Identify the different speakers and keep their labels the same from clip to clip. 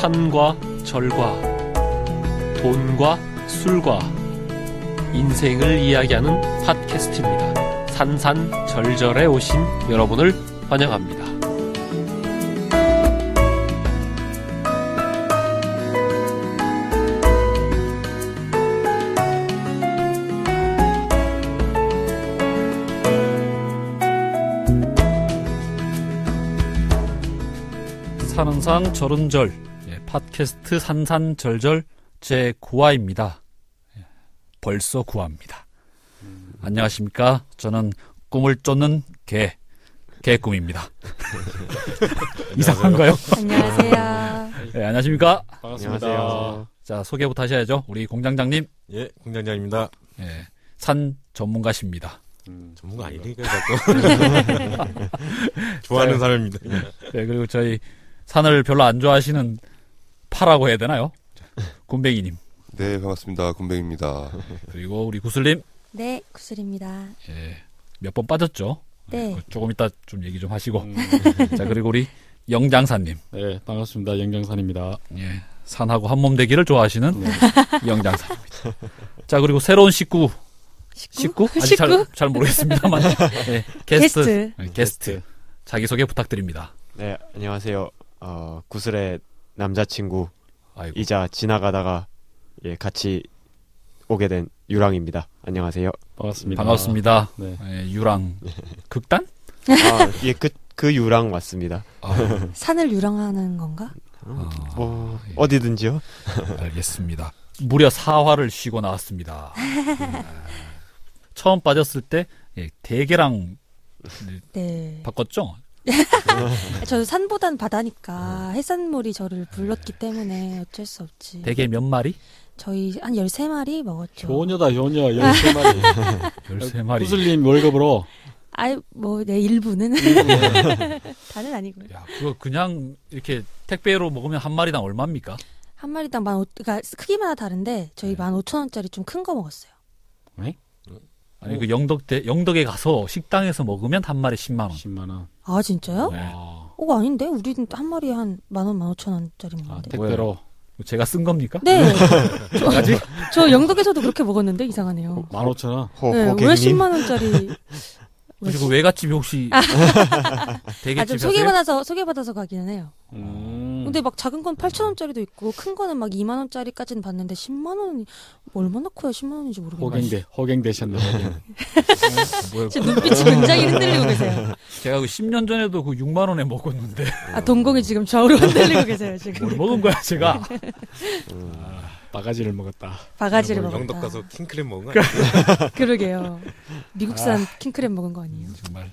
Speaker 1: 산과 절과 돈과 술과 인생을 이야기하는 팟캐스트입니다. 산산절절에 오신 여러분을 환영합니다.
Speaker 2: 사는 상 저른 절 예, 팟캐스트 산산절절 제 9화입니다. 예, 벌써 9화입니다. 안녕하십니까? 저는 꿈을 쫓는 개 개꿈입니다. 이상한가요?
Speaker 3: 안녕하세요.
Speaker 2: 예, 안녕하십니까?
Speaker 4: 반갑습니다.
Speaker 2: 자 소개부터 하셔야죠. 우리 공장장님
Speaker 4: 예, 공장장입니다.
Speaker 2: 예, 산 전문가십니다.
Speaker 4: 전문가 아니니까 자꾸 좋아하는 사람입니다.
Speaker 2: 예, 그리고 저희 산을 별로 안 좋아하시는 파라고 해야 되나요? 군뱅이님
Speaker 5: 네, 반갑습니다. 군뱅입니다.
Speaker 2: 그리고 우리 구슬님
Speaker 3: 네, 구슬입니다.
Speaker 2: 몇 번 빠졌죠?
Speaker 3: 네.
Speaker 2: 그 조금 이따 좀 얘기 좀 하시고
Speaker 4: 음.
Speaker 2: 자 그리고 우리 영장사님
Speaker 6: 네, 반갑습니다. 영장산입니다.
Speaker 2: 예, 산하고 한몸 되기를 좋아하시는
Speaker 6: 네.
Speaker 2: 영장사입니다. 자 그리고 새로운 식구 식구 아직 잘,
Speaker 3: 식구?
Speaker 2: 잘 모르겠습니다만 예, 게스트 예,
Speaker 3: 게스트.
Speaker 2: 게스트, 자기 소개 부탁드립니다.
Speaker 7: 네, 안녕하세요. 어, 구슬의 남자친구
Speaker 2: 아이고
Speaker 7: 이자 지나가다가 예, 같이 오게 된 유랑입니다. 안녕하세요.
Speaker 6: 반갑습니다.
Speaker 2: 반갑습니다.
Speaker 6: 네.
Speaker 2: 예, 유랑 극단
Speaker 7: 아, 예, 그, 그 유랑 맞습니다.
Speaker 2: 아,
Speaker 3: 산을 유랑하는 건가?
Speaker 2: 아,
Speaker 7: 뭐, 어디든지요?
Speaker 2: 알겠습니다. 무려 4화를 쉬고 나왔습니다. 예. 처음 빠졌을 때 예, 대게랑
Speaker 3: 네.
Speaker 2: 바꿨죠?
Speaker 3: 저 산보단 바다니까 해산물이 저를 불렀기 때문에 어쩔 수 없지.
Speaker 2: 대게 몇 마리?
Speaker 3: 저희 한 13마리 먹었죠.
Speaker 6: 효녀다, 효녀. 13마리.
Speaker 2: 13마리.
Speaker 6: 아, 구슬님 월급으로.
Speaker 3: 아이, 뭐, 내 일부는.
Speaker 2: 예.
Speaker 3: 다는 아니고요.
Speaker 2: 야, 그거 그냥 이렇게 택배로 먹으면 한 마리당 얼마입니까?
Speaker 3: 한 마리당 만 오, 그러니까 크기마다 다른데
Speaker 2: 네.
Speaker 3: 저희 만 오천 원짜리 좀 큰 거 먹었어요.
Speaker 2: 아니 그 영덕대 영덕에 가서 식당에서 먹으면 한 마리 10만 어. 원.
Speaker 6: 10만원.
Speaker 3: 아, 진짜요?
Speaker 2: 네.
Speaker 3: 오, 아닌데? 우리는 한 마리에 한 만 원, 만 오천 원짜리
Speaker 6: 아,
Speaker 3: 먹는데.
Speaker 6: 택배로.
Speaker 2: 뭐 제가 쓴 겁니까?
Speaker 3: 네. 저, 저 영덕에서도 그렇게 먹었는데 이상하네요.
Speaker 6: 15,000원.
Speaker 7: 호,
Speaker 3: 네, 왜
Speaker 7: 호객님.
Speaker 3: 10만 원짜리?
Speaker 2: 그리고 외갓집이 혹시
Speaker 3: 아, 좀
Speaker 2: 대게집 하세요?
Speaker 3: 소개받아서 소개받아서 가기는 해요.
Speaker 6: 음.
Speaker 3: 근데 막 작은 건 8천 원짜리도 있고 큰 거는 막 2만 원짜리까지는 봤는데 10만 원이 얼마나 커야 10만 원인지 모르겠어요.
Speaker 6: 호갱대, 호갱되셨네, 호갱.
Speaker 2: 뭐야,
Speaker 3: 제 눈빛이 굉장히 흔들리고 계세요.
Speaker 2: 제가 그 10년 전에도 그 6만 원에 먹었는데
Speaker 3: 아 동공이 지금 좌우로 흔들리고 계세요
Speaker 2: 뭘
Speaker 3: 지금.
Speaker 2: 먹은 거야 제가?
Speaker 6: 바가지를 먹었다.
Speaker 3: 바가지를
Speaker 4: 뭐
Speaker 3: 먹었다.
Speaker 4: 영덕 가서 킹크랩 먹은 거 아니야?
Speaker 3: 그러게요. 미국산 킹크랩 먹은 거 아니에요?
Speaker 2: 음, 정말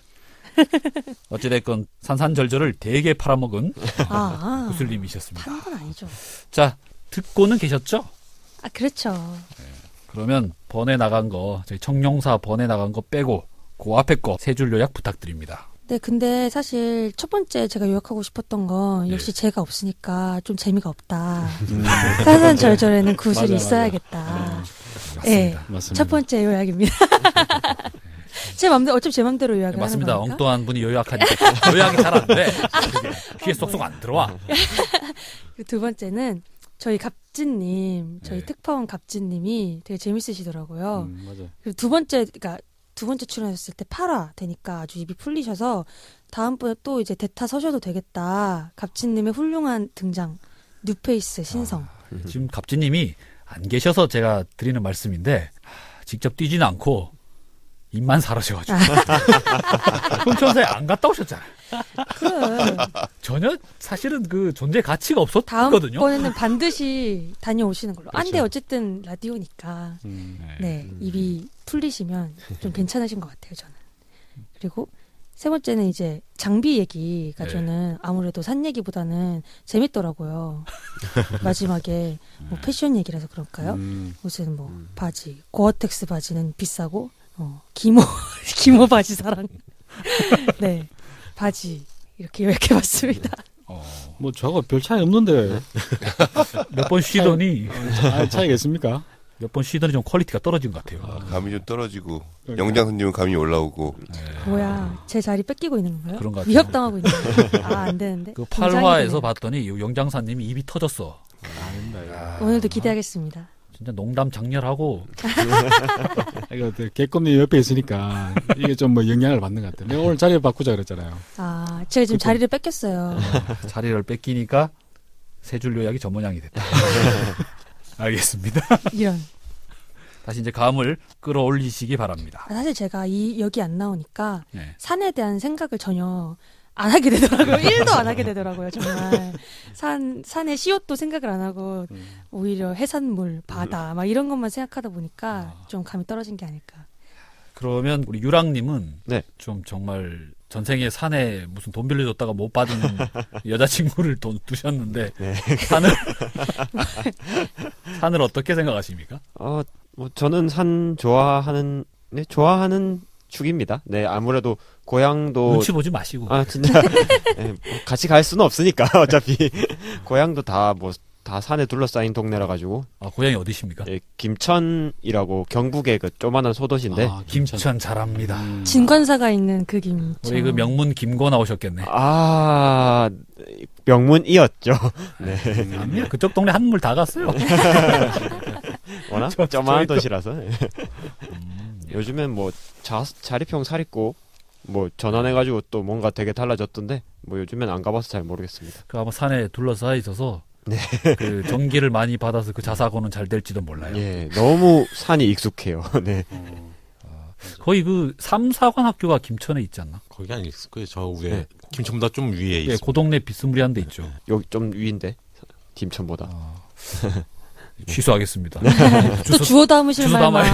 Speaker 2: 어찌됐건 산산절절을 대게 팔아먹은
Speaker 3: 아, 아
Speaker 2: 구슬님이셨습니다.
Speaker 3: 파는 건 아니죠.
Speaker 2: 자 듣고는 계셨죠?
Speaker 3: 아 그렇죠.
Speaker 2: 그러면 번에 나간 거 저희 청룡사 번에 나간 거 빼고 그 앞에 거 세 줄 요약 부탁드립니다.
Speaker 3: 네, 근데 사실 첫 번째 제가 요약하고 싶었던 건 역시 제가 없으니까 좀 재미가 없다. 음. 산산절절에는 구슬이
Speaker 6: 맞아, 맞아.
Speaker 3: 있어야겠다. 예.
Speaker 6: 맞습니다.
Speaker 3: 첫 번째 요약입니다. 제 맘대로, 어차피 제 맘대로 요약을
Speaker 2: 네, 맞습니다.
Speaker 3: 하는 거니까.
Speaker 2: 엉뚱한 분이 요약하니까 요약이 잘 안 돼. 그게 귀에 쏙쏙 안 들어와.
Speaker 3: 그리고 두 번째는 저희 갑진님, 저희
Speaker 2: 네.
Speaker 3: 특파원 갑진님이 되게 재밌으시더라고요.
Speaker 6: 음, 맞아.
Speaker 3: 그리고 두 번째, 그러니까 두 번째 출연했을 때 8화 되니까 아주 입이 풀리셔서 다음번에 또 이제 대타 서셔도 되겠다. 갑진님의 훌륭한 등장, 뉴페이스 신성.
Speaker 2: 지금 갑진님이 안 계셔서 제가 드리는 말씀인데 하, 직접 뛰진 않고 입만 사라져가지고 흥천사에 안 갔다 오셨잖아요.
Speaker 3: 그래.
Speaker 2: 전혀 사실은 그 존재 가치가 없었거든요.
Speaker 3: 네. 다음번에는 반드시 다녀오시는 걸로. 안 돼,
Speaker 6: 그렇죠.
Speaker 3: 어쨌든 라디오니까.
Speaker 6: 음.
Speaker 3: 네, 입이 풀리시면 좀 괜찮으신 것 같아요, 저는. 그리고 세 번째는 이제 장비 얘기가
Speaker 2: 네.
Speaker 3: 저는 아무래도 산 얘기보다는 재밌더라고요. 마지막에 뭐 패션 얘기라서 그럴까요?
Speaker 6: 음.
Speaker 3: 무슨 뭐 바지, 고어텍스 바지는 비싸고 어, 기모 기모 바지 사랑. 네, 바지 이렇게 요약해봤습니다.
Speaker 2: 어,
Speaker 6: 뭐, 저거 별 차이 없는데.
Speaker 2: 몇 번 쉬더니
Speaker 6: 아, 차이가 있습니까?
Speaker 2: 몇 번 쉬더니 좀 퀄리티가 떨어진 것 같아요.
Speaker 5: 아, 감이 좀 떨어지고 영장 선님은 감이 올라오고
Speaker 3: 뭐야 제 자리 뺏기고 있는 건가요?
Speaker 2: 그런 것 같아요.
Speaker 3: 위협당하고 있는 거예요. 아안 되는데.
Speaker 2: 그
Speaker 3: 긴장이
Speaker 2: 팔화에서
Speaker 3: 되네요.
Speaker 2: 봤더니 이 영장사님이 입이 터졌어.
Speaker 3: 오늘도 기대하겠습니다.
Speaker 2: 진짜 농담 장렬하고
Speaker 6: 이거 그 개껌님 옆에 있으니까 이게 좀 뭐 영향을 받는 것 같아요. 내가 오늘 자리 바꾸자 그랬잖아요.
Speaker 3: 아 제가 지금
Speaker 6: 그때-
Speaker 3: 자리를 뺏겼어요.
Speaker 2: 그 자리를 뺏기니까 세 줄 요약이 전모양이 됐다. 알겠습니다.
Speaker 3: 이런.
Speaker 2: 다시 이제 감을 끌어올리시기 바랍니다.
Speaker 3: 아, 사실 제가 이 여기 안 나오니까
Speaker 2: 네.
Speaker 3: 산에 대한 생각을 전혀 안 하게 되더라고요. 일도 안 하게 되더라고요, 정말. 산, 산의 씨앗도 생각을 안 하고,
Speaker 2: 음.
Speaker 3: 오히려 해산물, 바다, 막 이런 것만 생각하다 보니까
Speaker 2: 아.
Speaker 3: 좀 감이 떨어진 게 아닐까.
Speaker 2: 그러면 우리 유랑님은
Speaker 7: 네.
Speaker 2: 좀 정말 전생에 산에 무슨 돈 빌려줬다가 못 받은 여자친구를 돈 두셨는데
Speaker 7: 네.
Speaker 2: 산을 산을 어떻게 생각하십니까?
Speaker 7: 어, 뭐 저는 산 좋아하는 네, 좋아하는 축입니다. 네, 아무래도 고향도
Speaker 2: 눈치 보지 마시고
Speaker 7: 아 진짜 네, 뭐 같이 갈 수는 없으니까 어차피 고향도 다 뭐 다 산에 둘러싸인 동네라 가지고
Speaker 2: 아, 고향이 어디십니까?
Speaker 7: 예, 김천이라고 경북의 그 조만한 소도시인데 아,
Speaker 6: 아, 김천.
Speaker 2: 김천 잘합니다.
Speaker 3: 음, 진관사가 있는 그 김.
Speaker 2: 음. 우리 그 명문 김고 나오셨겠네.
Speaker 7: 아, 명문이었죠.
Speaker 2: 아니요, 그쪽 동네 한물 다 갔어요.
Speaker 7: 워낙
Speaker 2: 저-
Speaker 7: 조만한
Speaker 2: 저희도-
Speaker 7: 도시라서 예. 요즘엔 뭐 자, 자립형 사립고 뭐 전환해가지고 또 뭔가 되게 달라졌던데 뭐 요즘엔 안 가봐서 잘 모르겠습니다.
Speaker 2: 그 아마 산에 둘러싸여 있어서 그 전기를 많이 받아서 그 자사고는 잘 될지도 몰라요.
Speaker 7: 예, 너무 산이 익숙해요. 네.
Speaker 2: 거의 그 삼사관 학교가 김천에 있지 않나?
Speaker 4: 거기 안 있을 거예요. 저 위에
Speaker 7: 네.
Speaker 4: 김천보다 좀 위에
Speaker 2: 예,
Speaker 4: 있어요.
Speaker 2: 그 동네 비스무리한 데 있죠.
Speaker 7: 여기 좀 위인데 김천보다.
Speaker 2: 취소하겠습니다.
Speaker 3: 또 주워 담으실
Speaker 2: 주워
Speaker 3: 말만.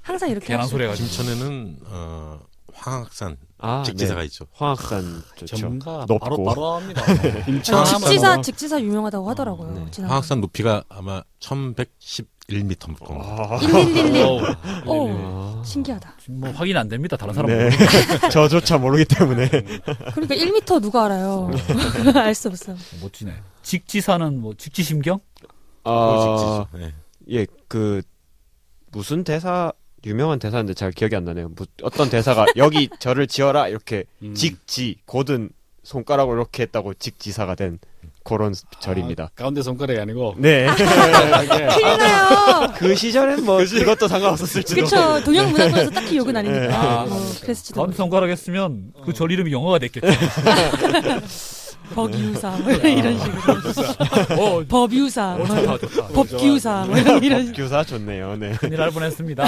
Speaker 3: 항상 이렇게.
Speaker 2: 괜한 소리
Speaker 3: 하시죠.
Speaker 2: 해가지고.
Speaker 4: 김천에는 어, 황학산
Speaker 7: 아,
Speaker 4: 직지사가
Speaker 7: 네.
Speaker 4: 있죠.
Speaker 7: 황학산 좋죠.
Speaker 6: 전문가
Speaker 7: 높고.
Speaker 6: 바로 바로 합니다.
Speaker 3: 아,
Speaker 6: 김천
Speaker 3: 직지사, 직지사 유명하다고 하더라고요.
Speaker 7: 네.
Speaker 3: 지난번에.
Speaker 4: 황학산 높이가 아마 1111m 정도.
Speaker 3: 1111. 오,
Speaker 7: 아.
Speaker 3: 어, 신기하다.
Speaker 2: 지금 뭐 확인 안 됩니다. 다른 사람
Speaker 7: 네.
Speaker 2: 은
Speaker 7: 저조차 모르기 때문에.
Speaker 3: 그러니까 1m 누가 알아요. 알 수 없어.
Speaker 2: 멋지네. 직지사는 뭐 직지심경?
Speaker 7: 아,
Speaker 4: 직지죠. 네.
Speaker 7: 예, 그 무슨 대사 유명한 대사인데 잘 기억이 안 나네요. 무- 어떤 대사가 여기 저를 지어라 이렇게
Speaker 6: 음.
Speaker 7: 직지 고든 손가락으로 이렇게 했다고 직지사가 된 그런 절입니다.
Speaker 6: 아, 가운데 손가락이 아니고
Speaker 7: 네.
Speaker 3: 큰일 나요!
Speaker 7: 그 시절엔 뭐 그것도 상관없었을지도.
Speaker 3: 그쵸. 동양문화권에서 딱히 욕은 아니니까.
Speaker 2: 아,
Speaker 3: 뭐, 그랬을지도
Speaker 2: 다음
Speaker 3: 모르겠어요.
Speaker 2: 손가락 했으면 그 절 이름이 영어가 됐겠죠.
Speaker 3: 버기우사 뭐 이런 식으로
Speaker 2: 어,
Speaker 3: 법유사
Speaker 2: 어,
Speaker 3: 뭐
Speaker 2: 좋다, 좋다.
Speaker 3: 법기우사 뭐 이런 이런 식으로.
Speaker 7: 교사 좋네요. 네.
Speaker 2: 큰일 날 뻔했습니다.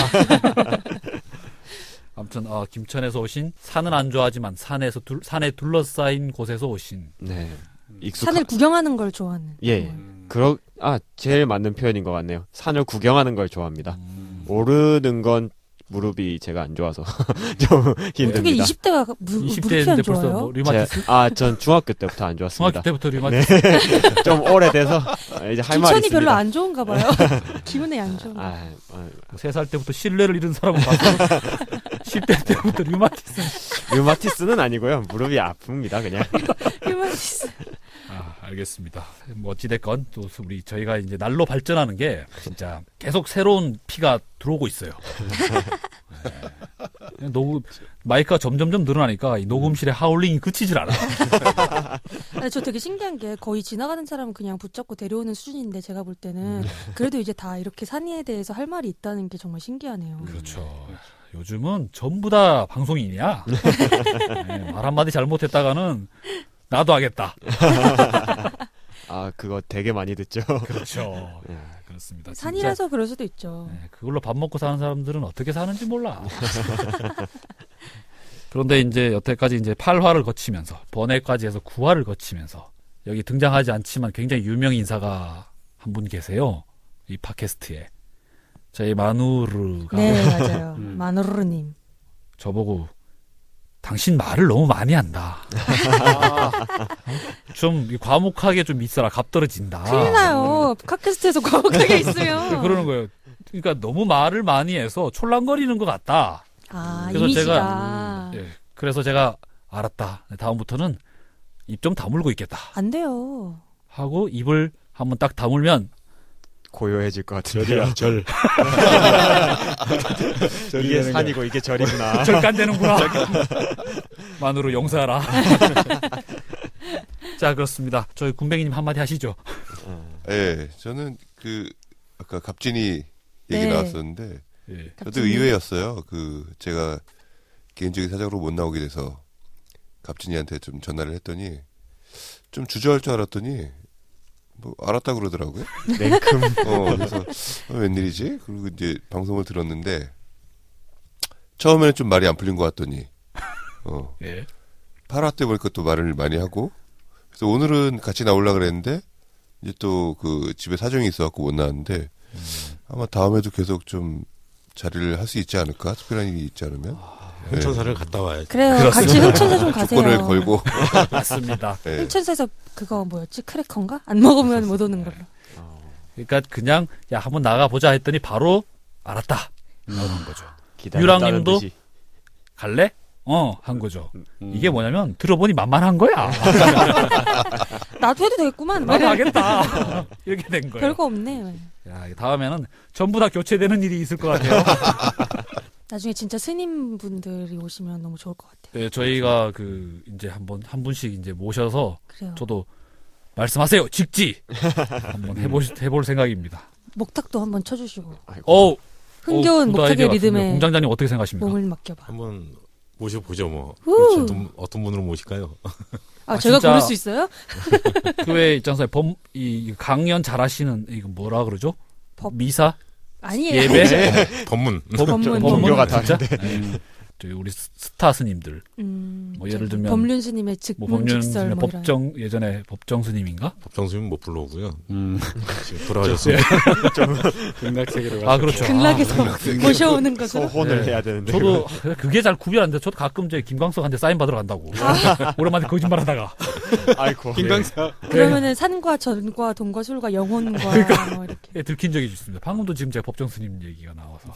Speaker 2: 아무튼 어, 김천에서 오신 산은 안 좋아하지만 산에서 둘, 산에 둘러싸인 곳에서 오신
Speaker 7: 네. 익숙한
Speaker 3: 산을 음. 구경하는 걸 좋아하는
Speaker 7: 예. 그러 아 제일 맞는 표현인 것 같네요. 산을 구경하는
Speaker 3: 음.
Speaker 7: 걸 좋아합니다. 오르는 건 무릎이 제가 안 좋아서 좀
Speaker 3: 어떻게
Speaker 7: 힘듭니다.
Speaker 3: 20대가 무, 무릎이 안
Speaker 2: 20대인데 벌써
Speaker 3: 좋아요?
Speaker 2: 뭐 류마티스?
Speaker 7: 아전 중학교 때부터 안
Speaker 2: 중학교
Speaker 7: 좋았습니다. 네.
Speaker 2: 때부터 류마티스 뭐
Speaker 7: 좀 오래돼서 이제 할 말이
Speaker 3: 김천이
Speaker 7: 있습니다.
Speaker 3: 별로 안 좋은가 봐요 기운이 안 좋은 아,
Speaker 7: 아, 아,
Speaker 2: 3살 때부터 신뢰를 잃은 사람은 봤어요. 10대 때부터 류마티스.
Speaker 7: 류마티스는 아니고요. 무릎이 아픕니다. 그냥
Speaker 3: 류마티스
Speaker 2: 아, 알겠습니다. 뭐 어찌됐건 또 우리 저희가 이제 날로 발전하는 게 진짜 계속 새로운 피가 들어오고 있어요. 네. 녹음 마이크가 점점점 늘어나니까 이 녹음실의 하울링이 그치질 않아.
Speaker 3: 아니, 저 되게 신기한 게 거의 지나가는 사람은 그냥 붙잡고 데려오는 수준인데 제가 볼 때는
Speaker 2: 음.
Speaker 3: 그래도 이제 다 이렇게 산에 대해서 할 말이 있다는 게 정말 신기하네요
Speaker 2: 그렇죠. 요즘은 전부 다 방송인이야. 네, 말 한마디 잘못했다가는 나도 하겠다.
Speaker 7: 아 그거 되게 많이 듣죠.
Speaker 2: 그렇죠. 네, 그렇습니다. 진짜.
Speaker 3: 뭐 산이라서 그럴 수도 있죠
Speaker 2: 네, 그걸로 밥 먹고 사는 사람들은 어떻게 사는지 몰라. 그런데 이제 여태까지 이제 8화를 거치면서 번외까지 해서 9화를 거치면서 여기 등장하지 않지만 굉장히 유명 인사가 한 분 계세요. 이 팟캐스트에. 저희 마누르가
Speaker 3: 네 맞아요
Speaker 2: 음.
Speaker 3: 마누르님
Speaker 2: 저보고 당신 말을 너무 많이 한다. 아, 좀 과묵하게 좀 있어라. 갑떨어진다. 네,
Speaker 3: 큰일 나요 팟캐스트에서 과묵하게 있으면
Speaker 2: 아, 그러는 거예요. 그러니까 너무 말을 많이 해서 촐랑거리는 것 같다.
Speaker 3: 아,
Speaker 2: 그래서
Speaker 3: 이미지가. 아.
Speaker 2: 예, 그래서 제가 알았다. 다음부터는 입 좀 다물고 있겠다.
Speaker 3: 안 돼요.
Speaker 2: 하고 입을 한번 딱 다물면
Speaker 7: 고요해질 것 같은데요.
Speaker 6: 절이야 절. 절이
Speaker 7: 이게
Speaker 6: 되는 거야.
Speaker 7: 산이고 이게 절이구나.
Speaker 2: 절간되는구나. 만으로 용서하라. 자, 그렇습니다. 저희 군뱅이님 한마디 하시죠.
Speaker 5: 예, 저는 그 아까 갑진이 얘기
Speaker 3: 네.
Speaker 5: 나왔었는데
Speaker 2: 예.
Speaker 5: 저도 의외였어요. 그 제가 개인적인 사정으로 못 나오게 돼서 갑진이한테 좀 전화를 했더니 좀 주저할 줄 알았더니 뭐 알았다 그러더라고요.
Speaker 6: 네,
Speaker 7: 냉큼.
Speaker 5: 어, 그래서 어, 웬일이지? 그리고 이제 방송을 들었는데 처음에는 좀 말이 안 풀린 것 같더니 어,
Speaker 2: 예.
Speaker 5: 8화 때 보니까 또 말을 많이 하고 그래서 오늘은 같이 나오려 그랬는데 이제 또 그 집에 사정이 있어갖고 못 나왔는데 아마 다음에도 계속 좀 자리를 할 수 있지 않을까 특별한 일이 있지 않으면 네.
Speaker 4: 천사를 갔다 와야지.
Speaker 3: 그래요. 같이 흑천사 좀 아, 가세요.
Speaker 5: 조건을 걸고
Speaker 2: 맞습니다.
Speaker 5: 네.
Speaker 3: 흑천사에서 그거 뭐였지? 크래커인가? 안 먹으면 못 오는 걸로.
Speaker 2: 그러니까 그냥 야 한번 나가보자 했더니 바로 알았다 나오는 거죠.
Speaker 7: 기다렸다는
Speaker 2: 유랑님도?
Speaker 7: 듯이.
Speaker 2: 갈래? 어 한 거죠. 이게 뭐냐면 들어보니 만만한 거야.
Speaker 3: 나도 해도 되겠구만.
Speaker 2: 나도 하겠다. 이렇게 된 거예요.
Speaker 3: 별거 없네.
Speaker 2: 야, 다음에는 전부 다 교체되는 일이 있을 것 같아요.
Speaker 3: 나중에 진짜 스님 분들이 오시면 너무 좋을 것 같아요.
Speaker 2: 네, 저희가 그 이제 한번 한 분씩 이제 모셔서
Speaker 3: 그래요.
Speaker 2: 저도 말씀하세요. 직지 한번 해보 해볼 생각입니다.
Speaker 3: 목탁도 한번 쳐주시고
Speaker 2: 음.
Speaker 7: 아이고.
Speaker 2: 어
Speaker 3: 흥겨운 목탁의 리듬에
Speaker 2: 공장장님 어떻게 생각하십니까?
Speaker 3: 몸을 맡겨봐.
Speaker 4: 한번 모셔보죠 뭐.
Speaker 3: 우!
Speaker 4: 어떤, 어떤 분으로 모실까요?
Speaker 3: 아,
Speaker 2: 아,
Speaker 3: 제가
Speaker 2: 진짜-
Speaker 3: 고를 수 있어요?
Speaker 2: 교회 입장에서 범, 이 강연 잘하시는 이거 뭐라 그러죠?
Speaker 3: 법-
Speaker 2: 미사
Speaker 3: 아니에요.
Speaker 2: 예배
Speaker 4: 법문. 음,
Speaker 3: 법문.
Speaker 7: 종교가
Speaker 2: 진짜? 네. 저희 우리 스- 스타 스님들
Speaker 3: 음,
Speaker 2: 뭐 예를
Speaker 3: 저기
Speaker 2: 들면
Speaker 3: 법륜 스님의
Speaker 2: 뭐
Speaker 3: 직문
Speaker 2: 법륜
Speaker 3: 직설
Speaker 2: 스님,
Speaker 3: 뭐 이런.
Speaker 2: 법정 예전에 법정 스님인가?
Speaker 4: 법정수님 못 불러오고요.
Speaker 6: 음.
Speaker 4: 지금 돌아가셨어요.
Speaker 6: 극락 세계로 가.
Speaker 2: 아 그렇죠.
Speaker 3: 극락에서 어, 모셔오는 것으로.
Speaker 7: 소혼을
Speaker 2: 네.
Speaker 7: 해야 되는데.
Speaker 2: 저도 그게 잘 구별 안 돼. 저도 가끔 이제 김광석한테 사인 받으러 간다고.
Speaker 3: 아.
Speaker 2: 오랜만에 거짓말하다가.
Speaker 7: 아이고. 네.
Speaker 6: 김광사.
Speaker 3: 그러면은 산과 전과 동과 술과 영혼과 뭐 이렇게.
Speaker 2: 예, 들킨 적이 있습니다. 방금도 지금 제가 법정 스님 얘기가 나와서.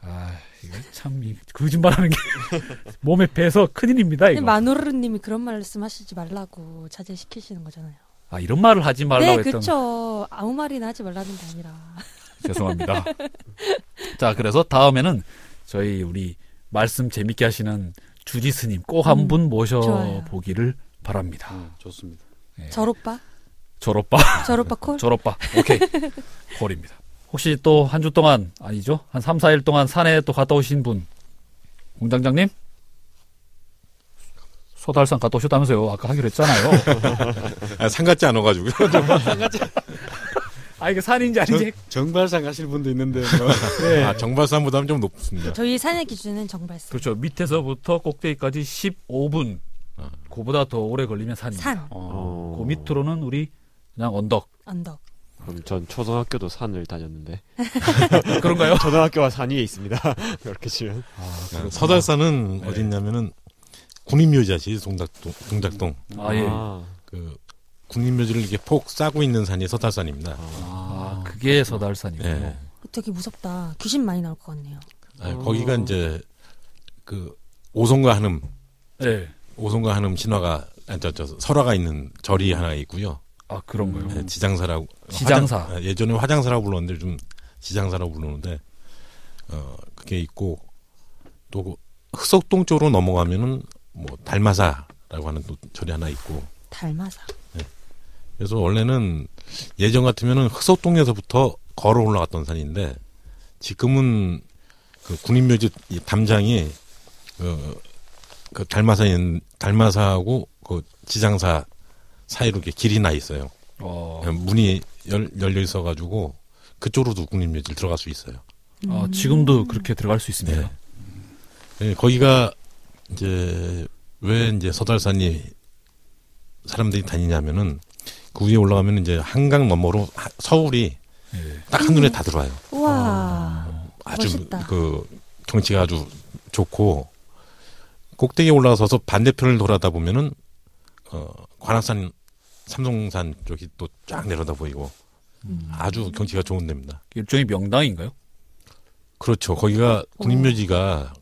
Speaker 2: 아, 이거 참, 이 거짓말하는 게 몸에 배서 큰일입니다,
Speaker 3: 네,
Speaker 2: 이거.
Speaker 3: 마누르님이 그런 말씀 하시지 말라고 자제시키시는 거잖아요.
Speaker 2: 아, 이런 말을 하지 말라고
Speaker 3: 네,
Speaker 2: 했던.
Speaker 3: 그쵸. 아무 말이나 하지 말라는 게 아니라.
Speaker 2: 죄송합니다. 자, 그래서 다음에는 저희 우리 말씀 재밌게 하시는 주지 스님 꼭 한
Speaker 3: 음,
Speaker 2: 분
Speaker 3: 좋아요.
Speaker 2: 모셔보기를 바랍니다.
Speaker 6: 음, 좋습니다.
Speaker 2: 예.
Speaker 3: 절오빠?
Speaker 2: 졸업바.
Speaker 3: 절오빠 콜?
Speaker 2: 졸업바. 오케이. 콜입니다. 혹시 또 한 주 동안, 아니죠? 한 3, 4일 동안 산에 또 갔다 오신 분, 공장장님? 소달산 갔다 오셨다면서요. 아까 하기로 했잖아요.
Speaker 4: 아, 상 같지 않아가지고.
Speaker 2: 아, 이게 산인지 아닌지.
Speaker 6: 정발상 가시는 분도 있는데 뭐.
Speaker 4: 아, 정발산보다는 좀 높습니다.
Speaker 3: 저희 산의 기준은 정발산.
Speaker 2: 그렇죠. 밑에서부터 꼭대기까지 15분. 그보다 더 오래 걸리면 산입니다.
Speaker 3: 산,
Speaker 7: 어.
Speaker 2: 그 밑으로는 우리 그냥 언덕.
Speaker 3: 언덕.
Speaker 7: 그럼 전 초등학교도 산을 다녔는데.
Speaker 2: 그런가요?
Speaker 7: 초등학교가 산 위에 있습니다. 그렇게 치면.
Speaker 4: 아, 서달산은 어딨냐면은 군인묘지아시 동작동. 동작동.
Speaker 2: 아, 예.
Speaker 7: 아,
Speaker 4: 그 군인묘지를 이렇게 폭 싸고 있는 산이 서달산입니다.
Speaker 2: 아, 그게 서달산이군요.
Speaker 4: 예.
Speaker 3: 되게 무섭다. 귀신 많이 나올 것 같네요.
Speaker 4: 아, 거기가 이제 그 오송과 한음
Speaker 2: 예.
Speaker 4: 오송과 한음 신화가 아니, 저, 저, 설화가 있는 절이 하나 있고요.
Speaker 2: 아, 그런가요?
Speaker 4: 예, 지장사라고
Speaker 2: 지장사.
Speaker 4: 화장- 아, 예전에 화장사라고 불렀는데 요즘 지장사라고 부르는데 어 그게 있고 또그 흑석동 쪽으로 넘어가면은 뭐 달마사라고 하는 또 절이 하나 있고
Speaker 3: 달마사.
Speaker 4: 그래서 원래는 예전 같으면은 흑석동에서부터 걸어 올라갔던 산인데 지금은 그 군인묘지 이 담장이 그, 그 달마사 있는- 달마사하고 그 지장사 사이로 이렇게 길이 나 있어요.
Speaker 2: 어,
Speaker 4: 문이 열, 열려 있어가지고 그쪽으로도 국립묘지를 들어갈 수 있어요.
Speaker 2: 아, 지금도 그렇게 들어갈 수 있습니다.
Speaker 4: 네. 예, 거기가 이제 왜 이제 서달산이 사람들이 다니냐면은 그 위에 올라가면 이제 한강 너머로 하- 서울이
Speaker 2: 예.
Speaker 4: 딱 한눈에 다 들어와요.
Speaker 3: 우와.
Speaker 4: 아주
Speaker 3: 멋있다.
Speaker 4: 그 경치가 아주 좋고 꼭대기에 올라서서 반대편을 돌아다 보면은 어 관악산 삼성산 쪽이 또 쫙 내려다 보이고
Speaker 3: 음.
Speaker 4: 아주 경치가 좋은 데입니다.
Speaker 2: 일종의 명당인가요?
Speaker 4: 그렇죠. 거기가 군인묘지가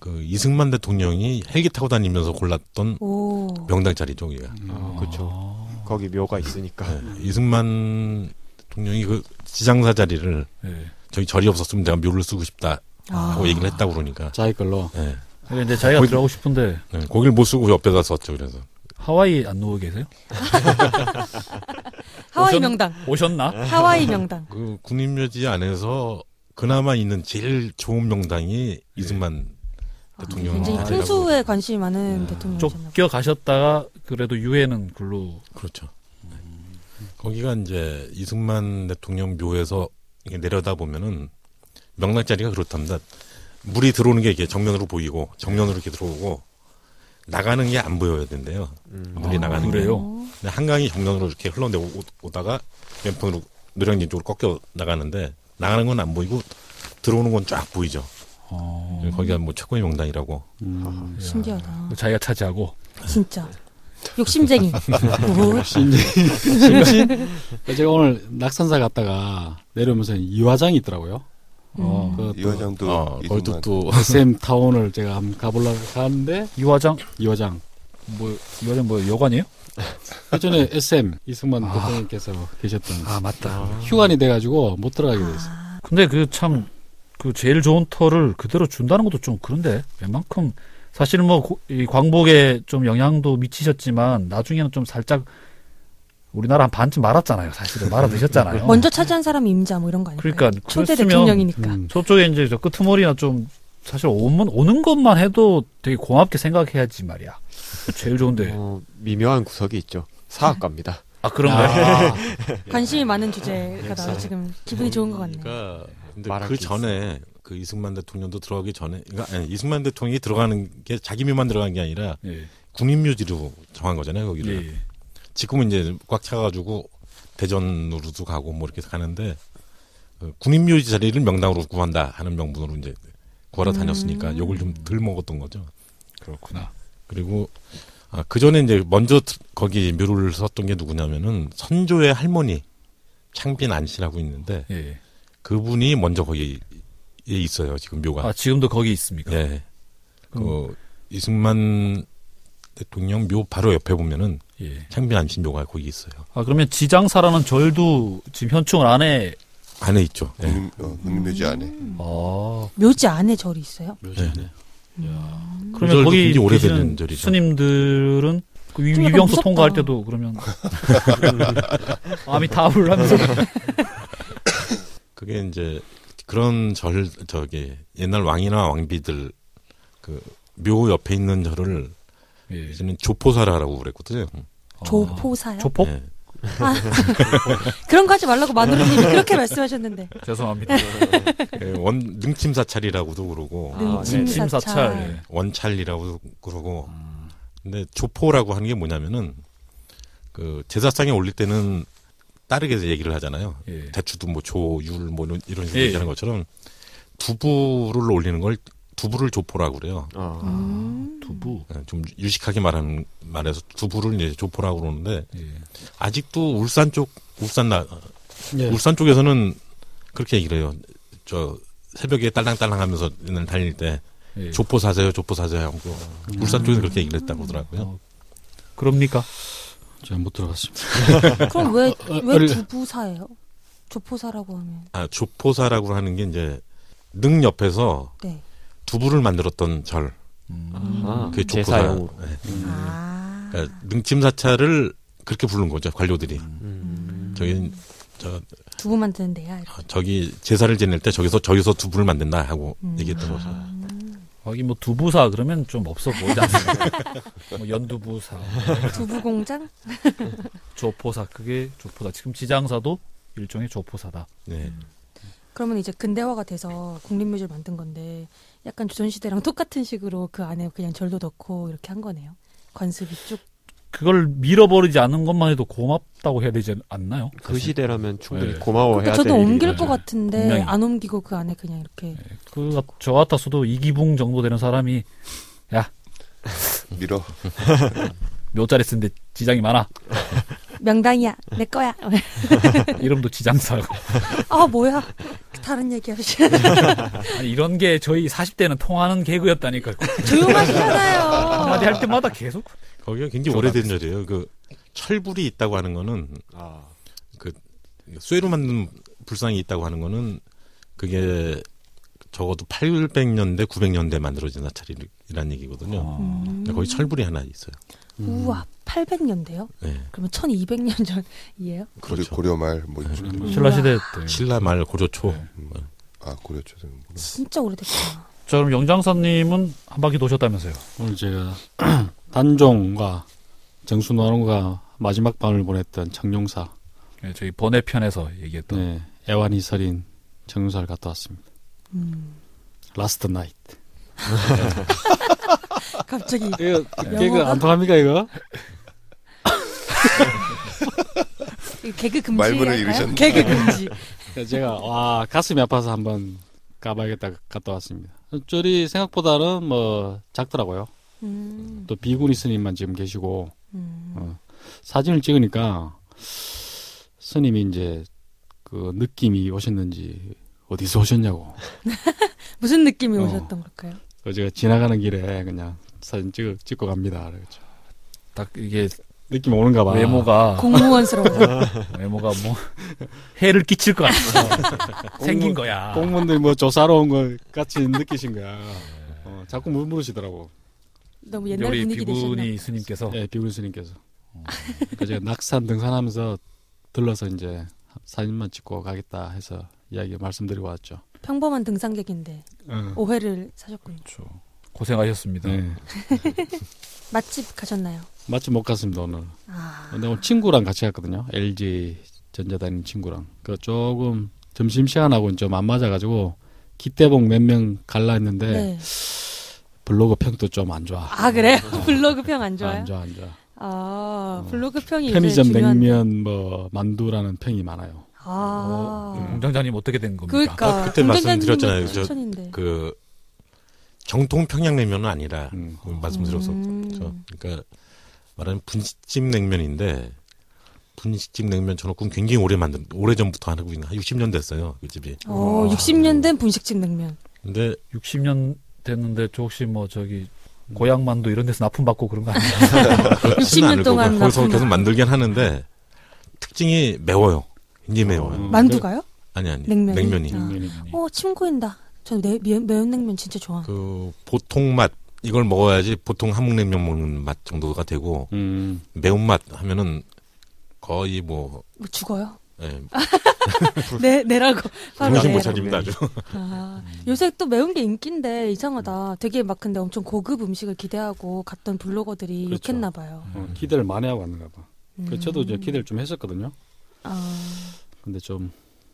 Speaker 4: 그 이승만 대통령이 헬기 타고 다니면서 골랐던
Speaker 3: 오.
Speaker 4: 네.
Speaker 7: 음.
Speaker 6: 음.
Speaker 7: 아,
Speaker 4: 명당 자리 종기가
Speaker 2: 아.
Speaker 6: 네.
Speaker 7: 그렇죠. 거기 묘가 있으니까.
Speaker 4: 이승만 대통령이 그 지장사 자리를
Speaker 2: 예.
Speaker 4: 저기 절이 없었으면 내가 묘를 쓰고 싶다
Speaker 3: 아,
Speaker 4: 하고 얘기를 했다고 그러니까
Speaker 6: 자기 걸로.
Speaker 4: 예.
Speaker 2: 근데 이제 자기가
Speaker 4: 거의-
Speaker 2: 들어가고 싶은데
Speaker 4: 예, 거길 못 쓰고 옆에다 썼죠. 그래서
Speaker 2: 하와이 안 누워 계세요?
Speaker 3: 하와이
Speaker 2: 오션-
Speaker 3: 명당.
Speaker 2: 오셨나?
Speaker 3: 하와이 명당.
Speaker 4: 그 국립묘지 안에서 그나마 있는 제일 좋은 명당이 이승만
Speaker 3: 아,
Speaker 4: 대통령
Speaker 3: 굉장히
Speaker 4: 아이라고.
Speaker 3: 풍수에 관심이 많은 대통령이셨나 봐요.
Speaker 2: 쫓겨 가셨다가 그래도 유해는 글로
Speaker 4: 그렇죠.
Speaker 2: 음,
Speaker 4: 거기가 이제 이승만 대통령 묘에서 내려다 보면은 명당 자리가 그렇답니다. 물이 들어오는 게 이렇게 정면으로 보이고 정면으로 이렇게 들어오고 나가는 게 안 보여야 된대요. 물이
Speaker 2: 아,
Speaker 4: 나가는 게.
Speaker 2: 그래요?
Speaker 4: 근데 한강이 정면으로 이렇게 흘러내오다가 왼편으로 노량진 쪽으로 꺾여 나가는데 나가는 건 안 보이고 들어오는 건 쫙 보이죠.
Speaker 2: 어,
Speaker 4: 거기가 뭐 최고의 명당이라고.
Speaker 6: 음.
Speaker 3: 신기하다.
Speaker 2: 자기가 차지하고
Speaker 3: 진짜. 욕심쟁이. 오,
Speaker 6: 아, 네. 제가 오늘 낙산사 갔다가 내려오면서 이 화장이 있더라고요.
Speaker 2: 어.
Speaker 3: 음.
Speaker 6: 그
Speaker 5: 이 회장도
Speaker 4: 어, 거기
Speaker 5: 이승만.
Speaker 4: 또
Speaker 6: SM 타운을 제가 한번 가보려고 가는데
Speaker 2: 이 화장
Speaker 6: 이 화장. 그
Speaker 2: 뭐 이 화장 뭐 여관이에요?
Speaker 6: 예전에 SM 이승만
Speaker 2: 아.
Speaker 6: 대통령께서 계셨던
Speaker 2: 아 맞다.
Speaker 6: 휴관이 돼가지고 못 들어가게 됐어요.
Speaker 3: 아,
Speaker 2: 근데 그 참 그 제일 좋은 터를 그대로 준다는 것도 좀 그런데 웬만큼 사실 뭐 이 광복에 좀 영향도 미치셨지만 나중에는 좀 살짝 우리나라 한 반쯤 말았잖아요. 사실은 말아 드셨잖아요.
Speaker 3: 먼저 차지한 사람 임자 뭐 이런 거 아닐까요?
Speaker 2: 그러니까
Speaker 3: 초대
Speaker 2: 그랬으면
Speaker 3: 대통령이니까.
Speaker 6: 음.
Speaker 2: 저쪽에 이제 저 끄트머리나 좀 사실 오면 오는 것만 해도 되게 고맙게 생각해야지 말이야. 제일 좋은데
Speaker 7: 어, 미묘한 구석이 있죠. 사학과입니다.
Speaker 2: 아 그런가요?
Speaker 3: 관심이 많은 주제가 나와 지금 기분이 좋은 것 같네요.
Speaker 4: 그러니까 근데
Speaker 7: 말할
Speaker 4: 그
Speaker 7: 게
Speaker 4: 전에 그 이승만 대통령도 들어가기 전에 그러니까 아니, 이승만 대통령이 들어가는 게 자기 묘만 들어간 게 아니라
Speaker 2: 예.
Speaker 4: 국립묘지로 정한 거잖아요 거기를
Speaker 2: 예.
Speaker 4: 지금은 이제 꽉 차가지고 대전으로도 가고 뭐 이렇게 가는데 그 국립묘지 자리를 명당으로 구한다 하는 명분으로 이제 구하러 다녔으니까 욕을 좀 덜 먹었던 거죠
Speaker 2: 그렇구나.
Speaker 4: 그리고 아, 그 전에 이제 먼저 트- 거기 묘를 썼던 게 누구냐면은 선조의 할머니 창빈 안씨라고 있는데
Speaker 2: 예.
Speaker 4: 그분이 먼저 거기에 있어요 지금 묘가
Speaker 2: 아 지금도 거기 있습니까?
Speaker 4: 예.
Speaker 2: 그럼-
Speaker 4: 그 이승만 대통령 묘 바로 옆에 보면은
Speaker 2: 예.
Speaker 4: 창빈 안신 묘가 거기 있어요.
Speaker 2: 아 그러면 지장사라는 절도 지금 현충을 안에
Speaker 4: 안에 있죠. 예.
Speaker 5: 국립, 어, 국립묘지 안에.
Speaker 3: 음.
Speaker 2: 아
Speaker 3: 묘지 안에 절이 있어요?
Speaker 4: 묘지네.
Speaker 2: 그러면
Speaker 4: 절도
Speaker 2: 거기
Speaker 4: 굉장히 오래된
Speaker 2: 계시는
Speaker 4: 절이죠.
Speaker 2: 스님들은 그 위-
Speaker 3: 좀 약간
Speaker 2: 위병소
Speaker 3: 무섭다.
Speaker 2: 통과할 때도 그러면 아미타불 하면서
Speaker 4: 그게 이제 그런 절 저기 옛날 왕이나 왕비들 그 묘 옆에 있는 절을
Speaker 2: 예.
Speaker 4: 이제는 조포사라라고 그랬거든요.
Speaker 2: 아,
Speaker 3: 조포사요? 아.
Speaker 2: 조폭
Speaker 4: 예.
Speaker 3: 그런 거 하지 말라고 마누라님이 그렇게 말씀하셨는데.
Speaker 2: 죄송합니다.
Speaker 3: 네,
Speaker 4: 예, 원 능침사찰이라고도 그러고
Speaker 7: 아,
Speaker 3: 능침
Speaker 7: 네.
Speaker 2: 심사찰. 예.
Speaker 4: 원찰리라고도 그러고 근데 조포라고 하는 게 뭐냐면은 그 제사상에 올릴 때는 따르게 얘기를 하잖아요.
Speaker 2: 예.
Speaker 4: 대추도 뭐 조율 뭐 이런 이런 식으로
Speaker 2: 예.
Speaker 4: 얘기하는 것처럼 두부를 올리는 걸 두부를 조포라고 그래요.
Speaker 7: 어.
Speaker 3: 음.
Speaker 2: 두부.
Speaker 4: 예, 좀 유식하게 말하는 말해서 두부를 이제 조포라고 그러는데
Speaker 2: 예.
Speaker 4: 아직도 울산 쪽 울산 나
Speaker 6: 예.
Speaker 4: 울산 쪽에서는 그렇게 얘기를 해요. 저 새벽에 딸랑딸랑하면서 맨날 달릴 때
Speaker 2: 예.
Speaker 4: 조포 사세요, 조포 사세요 하고 울산 쪽에서 그렇게 얘기를 했다고 그러더라고요.
Speaker 2: 어, 그럽니까?
Speaker 6: 음. 제가 못 들어갔습니다.
Speaker 3: 그럼 왜, 왜
Speaker 6: 어릴-
Speaker 3: 두부사예요? 조포사라고 하면.
Speaker 4: 아 조포사라고 하는 게 이제 능 옆에서
Speaker 3: 네.
Speaker 4: 두부를 만들었던 절.
Speaker 2: 음,
Speaker 7: 아,
Speaker 4: 그게 조포사.
Speaker 7: 제사용으로.
Speaker 4: 예.
Speaker 3: 아.
Speaker 4: 그러니까 능침사찰을 그렇게 부른 거죠 관료들이.
Speaker 7: 음.
Speaker 4: 저기 저
Speaker 3: 두부 만드는 데야. 이렇게.
Speaker 4: 저기 제사를 지낼 때 저기서 저기서 두부를 만든다 하고
Speaker 3: 음.
Speaker 4: 얘기했던 거죠.
Speaker 2: 하긴 뭐 두부사 그러면 좀 없어 보이지 않습니까? 뭐 연두부사,
Speaker 3: 두부 공장?
Speaker 2: 조포사 그게 조포사. 지금 지장사도 일종의 조포사다.
Speaker 4: 네.
Speaker 3: 그러면 이제 근대화가 돼서 국립묘지를 만든 건데 약간 조선시대랑 똑같은 식으로 그 안에 그냥 절도 넣고 이렇게 한 거네요. 관습이 쭉.
Speaker 2: 그걸 밀어버리지 않은 것만 해도 고맙다고 해야 되지 않나요?
Speaker 7: 그 시대라면 충분히
Speaker 2: 네.
Speaker 7: 고마워해야
Speaker 3: 그러니까
Speaker 7: 될
Speaker 3: 저도 옮길
Speaker 7: 일이죠.
Speaker 3: 것 같은데
Speaker 2: 분명히.
Speaker 3: 안 옮기고 그 안에 그냥 이렇게
Speaker 2: 그 저 같았어도 이기붕 정도 되는 사람이
Speaker 5: 밀어.
Speaker 2: 묘자리 쓰는데 지장이 많아.
Speaker 3: 명당이야 내 거야.
Speaker 2: 이름도 지장사고.
Speaker 3: 아 뭐야 다른 얘기 하시
Speaker 2: 아니, 이런 게 저희 40대는 통하는 개그였다니까. 한마디
Speaker 3: 조용하시잖아요.
Speaker 2: 할 때마다 계속.
Speaker 4: 거기가 굉장히 오래된 절이에요. 그 철불이 있다고 하는 거는
Speaker 7: 아,
Speaker 4: 그 쇠로 만든 불상이 있다고 하는 거는 그게 적어도 800년대, 900년대 만들어진 사찰이란 얘기거든요.
Speaker 2: 어.
Speaker 3: 음.
Speaker 4: 근데 거기 철불이 하나 있어요.
Speaker 3: 우와, 800년대요?
Speaker 4: 네,
Speaker 3: 그러면 1200년 전이에요?
Speaker 4: 그렇죠.
Speaker 5: 고려, 말 뭐. 이쪽.
Speaker 2: 신라 시대 때.
Speaker 4: 신라 말 고려 초.
Speaker 2: 네.
Speaker 5: 아, 고려 초등구나.
Speaker 3: 진짜 오래됐구나.
Speaker 2: 자, 그럼 영장사님은 한 바퀴 도셨다면서요?
Speaker 6: 오늘 제가 단종과 정순왕과 마지막 밤을 보냈던 청룡사,
Speaker 2: 네, 저희 번외 편에서 얘기했던
Speaker 6: 네, 애완이 서린 청룡사를 갔다 왔습니다.
Speaker 3: 음.
Speaker 6: 라스트 나이트.
Speaker 3: 갑자기
Speaker 6: 이거 개그
Speaker 3: 영어가?
Speaker 6: 안 통합니까 이거?
Speaker 3: 이 개그 금지.
Speaker 5: 말문을
Speaker 3: 할까요?
Speaker 5: 잃으셨네.
Speaker 3: 개그 금지.
Speaker 6: 제가 와 가슴이 아파서 한번 가봐야겠다 갔다 왔습니다. 줄이 생각보다는 뭐 작더라고요.
Speaker 3: 음.
Speaker 6: 또 비구니 스님만 지금 계시고
Speaker 3: 음.
Speaker 6: 어. 사진을 찍으니까 스님이 이제 그 느낌이 오셨는지 어디서 오셨냐고.
Speaker 3: 무슨 느낌이
Speaker 6: 어.
Speaker 3: 오셨던 걸까요?
Speaker 6: 그 제가 지나가는 길에 그냥 사진 찍 찍고 갑니다. 그랬죠.
Speaker 2: 딱 이게
Speaker 6: 느낌 오는가 봐.
Speaker 2: 외모가
Speaker 4: 어.
Speaker 3: 공무원스러워.
Speaker 2: 외모가 뭐 해를 끼칠 것 같아서 생긴 거야.
Speaker 6: 공무원들 뭐 조사로 온 것 같이 느끼신 거야. 어, 자꾸 물무르시더라고.
Speaker 3: 너무
Speaker 2: 이제
Speaker 3: 옛날
Speaker 2: 우리
Speaker 3: 분위기 되셨나?
Speaker 2: 비구니 스님께서
Speaker 6: 예, 비구니 스님께서. 그 제가 낙산 등산하면서 들러서 이제 사진만 찍고 가겠다 해서 이야기 말씀드리고 왔죠.
Speaker 3: 평범한 등산객인데 오해를 사셨군요.
Speaker 2: 고생하셨습니다.
Speaker 6: 네.
Speaker 3: 맛집 가셨나요?
Speaker 6: 마침 못 갔습니다 오늘.
Speaker 3: 아,
Speaker 6: 근데 오늘 친구랑 같이 갔거든요. LG 전자 다니는 친구랑. 그 조금 점심 시간하고는 좀 안 맞아가지고 기대봉 몇 명 갈라 했는데
Speaker 3: 네.
Speaker 6: 블로그 평도 좀 안 좋아.
Speaker 3: 아 그래요?
Speaker 4: 어.
Speaker 3: 블로그 평 안 좋아요?
Speaker 6: 안 좋아, 안 좋아.
Speaker 3: 아,
Speaker 6: 어.
Speaker 3: 블로그 평이
Speaker 6: 편의점
Speaker 3: 요새 네, 중요한...
Speaker 6: 냉면 뭐 만두라는 평이 많아요.
Speaker 3: 아,
Speaker 2: 그 공장장님 어떻게 된 겁니까?
Speaker 3: 그러니까
Speaker 4: 어, 아, 그때 말씀드렸잖아요. 저-
Speaker 3: 천인데.
Speaker 4: 그 정통 평양냉면은 아니라 그
Speaker 6: 음.
Speaker 4: 말씀드렸었죠. 그러니까 말하면 분식집 냉면인데 분식집 냉면 저는 굉장히 오래 만든 오래 전부터 하고 있는 한 60년 됐어요 그 집이.
Speaker 3: 어, 60년 된 분식집 냉면.
Speaker 4: 근데
Speaker 2: 60년 됐는데 저 혹시 뭐 저기 고향만두 이런 데서 납품 받고 그런 거 아니에요?
Speaker 4: 그렇지는
Speaker 3: 60년
Speaker 4: 않을
Speaker 3: 동안
Speaker 4: 거고요. 거기서
Speaker 3: 납품.
Speaker 4: 계속 만들긴 하는데 특징이 매워요. 굉장히 매워요.
Speaker 6: 음.
Speaker 3: 만두가요?
Speaker 4: 아니 아니
Speaker 3: 어. 냉면이?
Speaker 4: 냉면이.
Speaker 3: 아.
Speaker 6: 냉면이.
Speaker 3: 어, 침 고인다. 저 내, 매, 매운 냉면 진짜 좋아.
Speaker 4: 네. 그 보통 맛 이걸 먹어야지 보통 함흥냉면 먹는 맛 정도가 되고
Speaker 6: 음.
Speaker 4: 매운맛 하면은 거의 뭐
Speaker 3: 뭐 죽어요?
Speaker 4: 예,
Speaker 3: 내, 내라고. 바로
Speaker 4: 정신 못
Speaker 3: 내라고.
Speaker 4: 차립니다 아주.
Speaker 3: 아, 요새 또 매운 게 인기인데 이상하다. 되게 막 근데 엄청 고급 음식을 기대하고 갔던 블로거들이
Speaker 6: 그렇죠.
Speaker 3: 욕했나 봐요.
Speaker 6: 어, 기대를 많이 하고 왔는가 봐. 그
Speaker 3: 음.
Speaker 6: 저도 이제 기대를 좀 했었거든요.
Speaker 3: 아,
Speaker 6: 근데 좀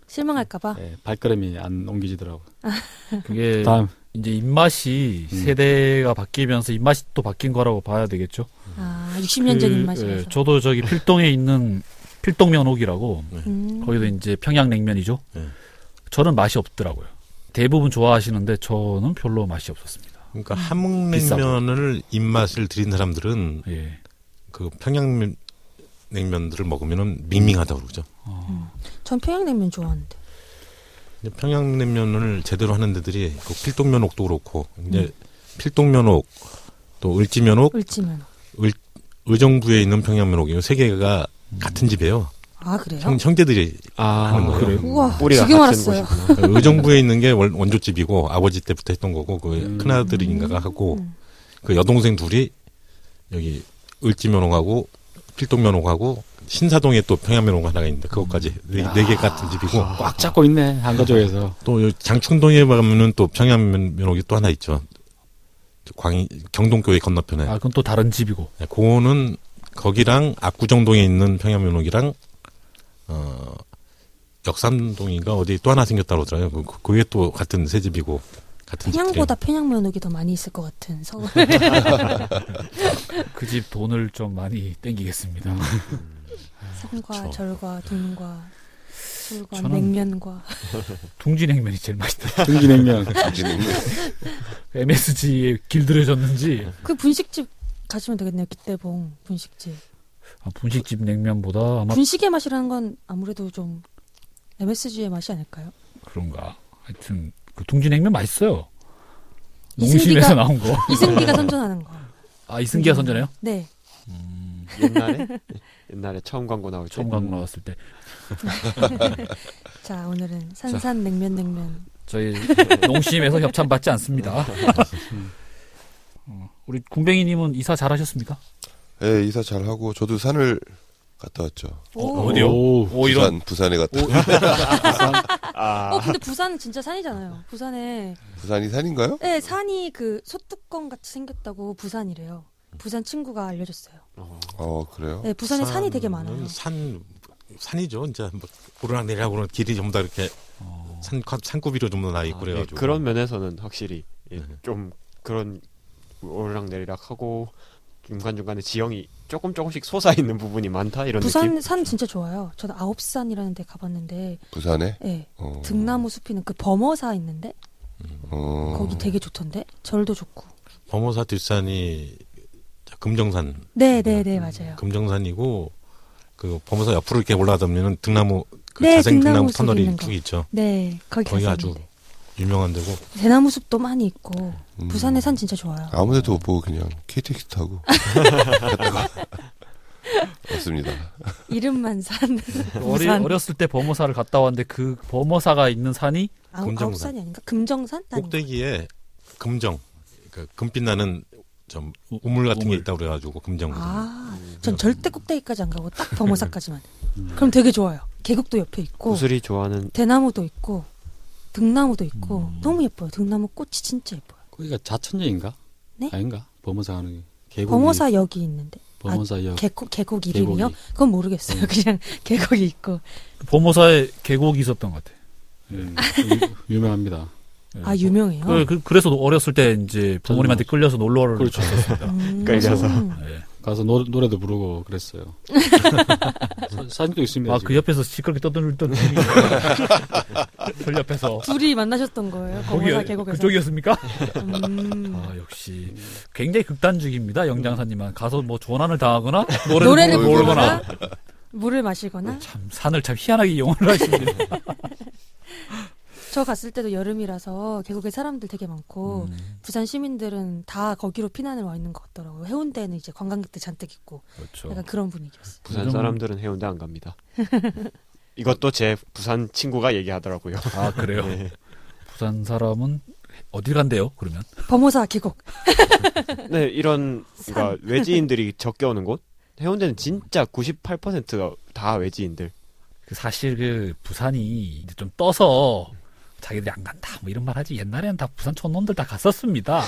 Speaker 3: 실망할까 봐.
Speaker 6: 예, 발걸음이 안 옮기지더라고.
Speaker 2: 그게
Speaker 6: 다음
Speaker 2: 이제 입맛이
Speaker 6: 음.
Speaker 2: 세대가 바뀌면서 입맛이 또 바뀐 거라고 봐야 되겠죠.
Speaker 3: 아, 60년 전
Speaker 2: 그,
Speaker 3: 입맛이라서.
Speaker 2: 예, 저도 저기 필동에 있는 필동면옥이라고
Speaker 3: 음.
Speaker 2: 거기도 이제 평양냉면이죠.
Speaker 4: 네.
Speaker 2: 저는 맛이 없더라고요. 대부분 좋아하시는데 저는 별로 맛이 없었습니다.
Speaker 4: 그러니까 함흥냉면을 입맛을 들인 사람들은
Speaker 2: 예.
Speaker 4: 그 평양 냉면들을 먹으면은 밍밍하다고 그러죠.
Speaker 2: 아,
Speaker 3: 전 평양냉면 좋아하는데.
Speaker 4: 근데 평양 냉면을 제대로 하는 데들이 그 필동면옥도 그렇고 이제 필동면옥 또 을지면옥
Speaker 3: 을지면.
Speaker 4: 의정부에 있는 평양면옥이 세 개가 같은 집이에요.
Speaker 3: 아, 그래요?
Speaker 4: 형, 형제들이 하는
Speaker 6: 아,
Speaker 4: 거예요.
Speaker 2: 그래요?
Speaker 3: 우와,
Speaker 7: 뿌리가
Speaker 3: 지금
Speaker 7: 같은
Speaker 3: 알았어요.
Speaker 7: 곳이구나.
Speaker 4: 그 의정부에 있는 게 원- 원조집이고 아버지 때부터 했던 거고 그
Speaker 6: 음.
Speaker 4: 큰아들인가가 하고
Speaker 3: 음.
Speaker 4: 그 여동생 둘이 여기 을지면옥하고 필동면옥하고 신사동에 또 평양면옥 하나가 있는데 그것까지 네 개 같은 집이고
Speaker 6: 아, 꽉 잡고 있네 한가족에서.
Speaker 4: 또 여기 장충동에 가면은 또 평양면옥이 또 하나 있죠. 광 경동교회 건너편에.
Speaker 2: 아, 그건 또 다른 집이고.
Speaker 4: 네, 그거는 거기랑 압구정동에 있는 평양면옥이랑 어 역삼동인가 어디 또 하나 생겼다 그러더라고요. 그- 그- 그게 또 같은 새 집이고 같은
Speaker 3: 평양보다 평양면옥이 더 많이 있을 것 같은 서울.
Speaker 2: 그 집 돈을 좀 많이 땡기겠습니다.
Speaker 3: 산과
Speaker 4: 그렇죠.
Speaker 3: 절과 동과 술과
Speaker 2: 저는-
Speaker 3: 냉면과
Speaker 2: 둥지냉면이 제일 맛있다.
Speaker 6: 등지냉면.
Speaker 5: 진행.
Speaker 2: MSG에 길들여졌는지
Speaker 3: 그 분식집 가시면 되겠네요. 기대봉 분식집.
Speaker 2: 아, 분식집 냉면보다 아마
Speaker 3: 분식의 맛이라는 건 아무래도 좀 MSG의 맛이 아닐까요?
Speaker 2: 그런가. 하여튼 그 둥지냉면 맛있어요.
Speaker 3: 이승기가- 음.
Speaker 2: 농심에서 나온 거.
Speaker 3: 이승기가 선전하는 거.
Speaker 2: 아 이승기가 선전해요?
Speaker 3: 네.
Speaker 7: 옛날에 옛날에 처음 광고 나올 때
Speaker 2: 처음 광고 나왔을 때
Speaker 3: 자, 오늘은 산산 냉면 냉면.
Speaker 2: 저희 농심에서 협찬 받지 않습니다. 어, 우리 군뱅이님은 이사 잘하셨습니까?
Speaker 5: 예, 이사 잘 하고 저도 산을 갔다 왔죠.
Speaker 3: 오.
Speaker 2: 어디요?
Speaker 6: 오.
Speaker 2: 오
Speaker 5: 부산 부산에 갔다.
Speaker 7: 아
Speaker 3: 어, 근데 부산은 진짜 산이잖아요. 부산에
Speaker 5: 부산이 산인가요?
Speaker 3: 네, 산이 그 소뚜껑 같이 생겼다고 부산이래요. 부산 친구가 알려줬어요.
Speaker 5: 어 그래요.
Speaker 3: 네, 부산에 산이 되게 많아요.
Speaker 4: 산 산이죠. 진짜 막 오르락 내리락 오르락 길이 전부 다 이렇게 산 산구비로 전부 다 나 있고
Speaker 7: 어. 아,
Speaker 4: 그래가지고
Speaker 7: 예, 그런 면에서는 확실히 예,
Speaker 4: 네.
Speaker 7: 좀 그런 오르락내리락 하고 중간중간에 지형이 조금 조금씩 솟아있는 부분이 많다 이런
Speaker 3: 부산
Speaker 7: 느낌
Speaker 3: 산 진짜 좋아요. 저는 아홉산이라는 데 가봤는데,
Speaker 5: 부산에.
Speaker 3: 네,
Speaker 5: 어,
Speaker 3: 등나무 숲이는 그 범어사 있는데
Speaker 5: 어,
Speaker 3: 거기 되게 좋던데 절도 좋고.
Speaker 4: 범어사 뒷산이 자, 금정산
Speaker 3: 네, 네, 네 맞아요.
Speaker 4: 금정산이고 그 범어사 옆으로 이렇게 올라가면 등나무 그
Speaker 3: 네,
Speaker 4: 자생
Speaker 3: 등나무
Speaker 4: 등나무
Speaker 3: 숲
Speaker 4: 터널이
Speaker 3: 있는 거.
Speaker 4: 쭉 있죠.
Speaker 3: 네, 거기
Speaker 4: 거기 아주
Speaker 3: 갔었는데.
Speaker 4: 유명한 데고
Speaker 3: 대나무 숲도 많이 있고
Speaker 5: 음.
Speaker 3: 부산의 산 진짜 좋아요.
Speaker 5: 아무데도 못 보고 그냥 KTX 타고 갔다가 왔습니다.
Speaker 3: 이름만 산.
Speaker 2: 어리,
Speaker 3: 부산.
Speaker 2: 어렸을 때 범어사를 갔다 왔는데 그 범어사가 있는 산이
Speaker 3: 아홉-
Speaker 4: 금정산.
Speaker 3: 아홉산이 아닌가? 금정산? 아닌가?
Speaker 4: 꼭대기에 금정 그 금빛 나는 좀 우물 같은
Speaker 2: 우물.
Speaker 4: 게 있다고 그래가지고 금정산
Speaker 3: 아, 전 절대 꼭대기까지 안 가고 딱 범어사까지만. 그럼 되게 좋아요. 계곡도 옆에 있고
Speaker 7: 구슬이 좋아하는
Speaker 3: 대나무도 있고 등나무도 있고 너무 예뻐요. 등나무 꽃이 진짜 예뻐요.
Speaker 6: 거기가 자천역인가?
Speaker 3: 네?
Speaker 6: 아닌가? 범어사 하는 게. 계곡이-
Speaker 3: 범어사 아, 역이 있는데
Speaker 6: 범어사 역.
Speaker 3: 계곡 계곡
Speaker 6: 계곡이.
Speaker 3: 이름이요? 그건 모르겠어요. 그냥 계곡이 있고
Speaker 2: 범어사에 그 계곡이 있었던 것 같아요.
Speaker 6: 음, 유, 명합니다
Speaker 3: 아 유명해요.
Speaker 2: 그, 그, 그래서 어렸을 때 이제 부모님한테 끌려서 놀러를
Speaker 6: 그렇죠. 네,
Speaker 2: 갔었습니다. 예.
Speaker 3: 음.
Speaker 7: 끌려서.
Speaker 6: 가서 노, 노래도 부르고 그랬어요. 사- 사진도 있습니다.
Speaker 2: 아,
Speaker 6: 지금.
Speaker 2: 그 옆에서 시끄럽게 떠들던 분이
Speaker 6: 네.
Speaker 2: 절 옆에서
Speaker 3: 둘이 만나셨던 거예요.
Speaker 2: 거기
Speaker 3: 범어사 계곡에서. 네.
Speaker 2: 그쪽이었습니까?
Speaker 3: 음.
Speaker 2: 아, 역시 굉장히 극단적입니다. 영장사님은 가서 뭐 조난을 당하거나
Speaker 3: 노래를
Speaker 2: 노래를
Speaker 3: 부르거나
Speaker 2: 부르거나 어,
Speaker 3: 물을 마시거나
Speaker 2: 참 산을 참 희한하게 이용을
Speaker 3: 음.
Speaker 2: 하시네요.
Speaker 3: 저 갔을 때도 여름이라서 계곡에 사람들 되게 많고
Speaker 2: 음.
Speaker 3: 부산 시민들은 다 거기로 피난을 와 있는 것 같더라고요. 해운대는 이제 관광객들 잔뜩 있고
Speaker 2: 그렇죠.
Speaker 3: 약간 그런 분위기였어요.
Speaker 7: 부산
Speaker 2: 요즘은-
Speaker 7: 사람들은 해운대 안 갑니다 이것도 제 부산 친구가 얘기하더라고요
Speaker 2: 아 그래요.
Speaker 3: 네.
Speaker 2: 부산 사람은 어딜 간대요? 그러면
Speaker 3: 범어사 계곡
Speaker 7: 네 이런 그러니까 외지인들이 적게 오는 곳 해운대는 진짜 98%가 다 외지인들
Speaker 2: 그 사실 그 부산이 이제 좀 떠서 자기들이 안 간다 뭐 이런 말 하지 옛날에는 다 부산 촌놈들 다 갔었습니다.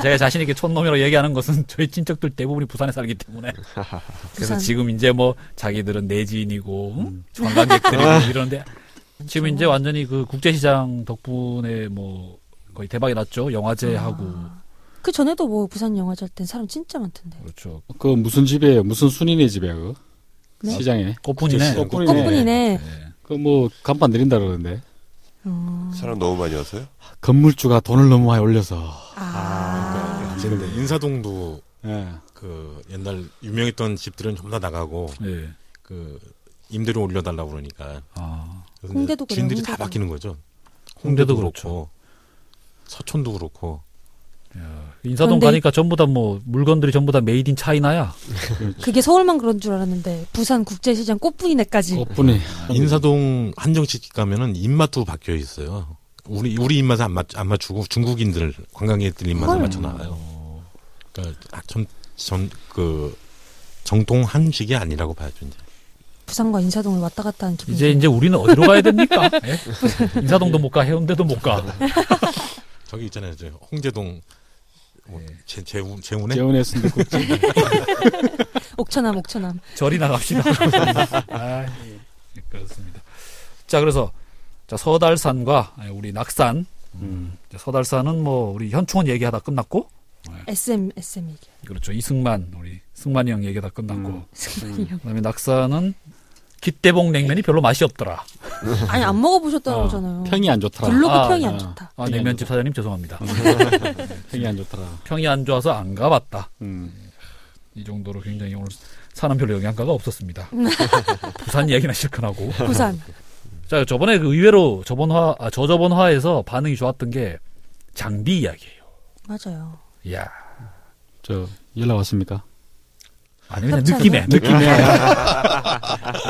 Speaker 2: 제가 자신 있게 촌놈이라고 얘기하는 것은 저희 친척들 대부분이 부산에 살기 때문에 그래서
Speaker 3: 부산.
Speaker 2: 지금 이제 뭐 자기들은 내지인이고 응? 관광객들이고 이러는데 지금 이제 완전히 그 국제시장 덕분에 뭐 거의 대박이 났죠 영화제하고
Speaker 3: 아. 그 전에도 뭐 부산 영화제 할 땐 사람 진짜 많던데.
Speaker 2: 그렇죠
Speaker 6: 그 무슨 집이에요? 무슨 순이네 집이야 그?
Speaker 3: 네?
Speaker 6: 시장에.
Speaker 2: 꽃분이네
Speaker 4: 꽃분이네.
Speaker 6: 꽃분이네.
Speaker 3: 꽃분이네.
Speaker 6: 그 뭐 간판 내린다 그러는데
Speaker 3: 어.
Speaker 5: 사람 너무 많이 와서요.
Speaker 6: 건물주가 돈을 너무 많이 올려서.
Speaker 3: 아.
Speaker 4: 근데 인사동도
Speaker 6: 예.
Speaker 4: 그 옛날 유명했던 집들은 전부 다 나가고
Speaker 2: 예.
Speaker 4: 그 임대료 올려달라고 그러니까
Speaker 2: 아,
Speaker 4: 그래서 이제
Speaker 3: 홍대도 그래요,
Speaker 4: 주인들이 다
Speaker 3: 홍대도.
Speaker 4: 바뀌는 거죠.
Speaker 2: 홍대도
Speaker 4: 홍대도
Speaker 2: 그렇죠.
Speaker 4: 그렇고 서촌도 그렇고
Speaker 2: 인사동
Speaker 3: 그런데-
Speaker 2: 가니까 전부 다 뭐 물건들이 전부 다 메이드 인 차이나야 네.
Speaker 3: 그게 서울만 그런 줄 알았는데 부산 국제시장 꽃분이네까지.
Speaker 2: 어.
Speaker 6: 꽃분이.
Speaker 3: 음.
Speaker 4: 인사동 한정식 가면은 입맛도 바뀌어 있어요. 우리 우리 입맛에 안, 맞, 안 맞추고 중국인들 관광객들 입맛에
Speaker 3: 헐.
Speaker 4: 맞춰 나가요. 그러니까 전전그 정통 한식이 아니라고 봐야죠 이제.
Speaker 3: 부산과 인사동을 왔다 갔다 하는 기분이.
Speaker 2: 이제 이제 우리는 어디로 가야 됩니까? 예? 인사동도 못 가, 해운대도 못 가.
Speaker 4: 저기 있잖아요, 저 홍제동 뭐
Speaker 3: 네.
Speaker 4: 제, 재운
Speaker 6: 네.
Speaker 4: 재운에
Speaker 6: 재혼했는데 꽃집.
Speaker 3: 옥천암 옥천암.
Speaker 2: 절이 나갑시다. 아, 예. 그렇습니다. 자, 그래서 자, 서달산과 아니, 우리 낙산.
Speaker 6: 음.
Speaker 2: 이제 서달산은 뭐 우리 현충원 얘기하다 끝났고, 네.
Speaker 3: SM SM 얘기.
Speaker 2: 그렇죠. 이승만 우리 승만이 형 얘기하다 끝났고,
Speaker 6: 음.
Speaker 3: 승관이 형.
Speaker 2: 그다음에 낙산은 기대봉 냉면이 별로 맛이 없더라.
Speaker 3: 아니 안 먹어보셨다고
Speaker 6: 아,
Speaker 3: 하잖아요.
Speaker 6: 평이 안 좋더라.
Speaker 3: 블로그
Speaker 2: 아,
Speaker 3: 평이
Speaker 6: 아.
Speaker 3: 안 좋다.
Speaker 2: 아, 냉면집 사장님 죄송합니다.
Speaker 6: 평이 안 좋더라.
Speaker 2: 평이 안 좋아서 안 가봤다.
Speaker 6: 음.
Speaker 2: 이 정도로 굉장히 오늘 사는 별로 영향가가 없었습니다. 부산 얘기나 실컷 하고.
Speaker 3: 부산.
Speaker 2: 자, 저번에 그 의외로 저번 화, 아, 저저번 화에서 반응이 좋았던 게 장비 이야기예요.
Speaker 3: 맞아요.
Speaker 2: 이야.
Speaker 6: 저 연락 왔습니까?
Speaker 2: 아니 그냥
Speaker 3: 협찬이요?
Speaker 2: 느끼네. 느끼네.
Speaker 3: 아.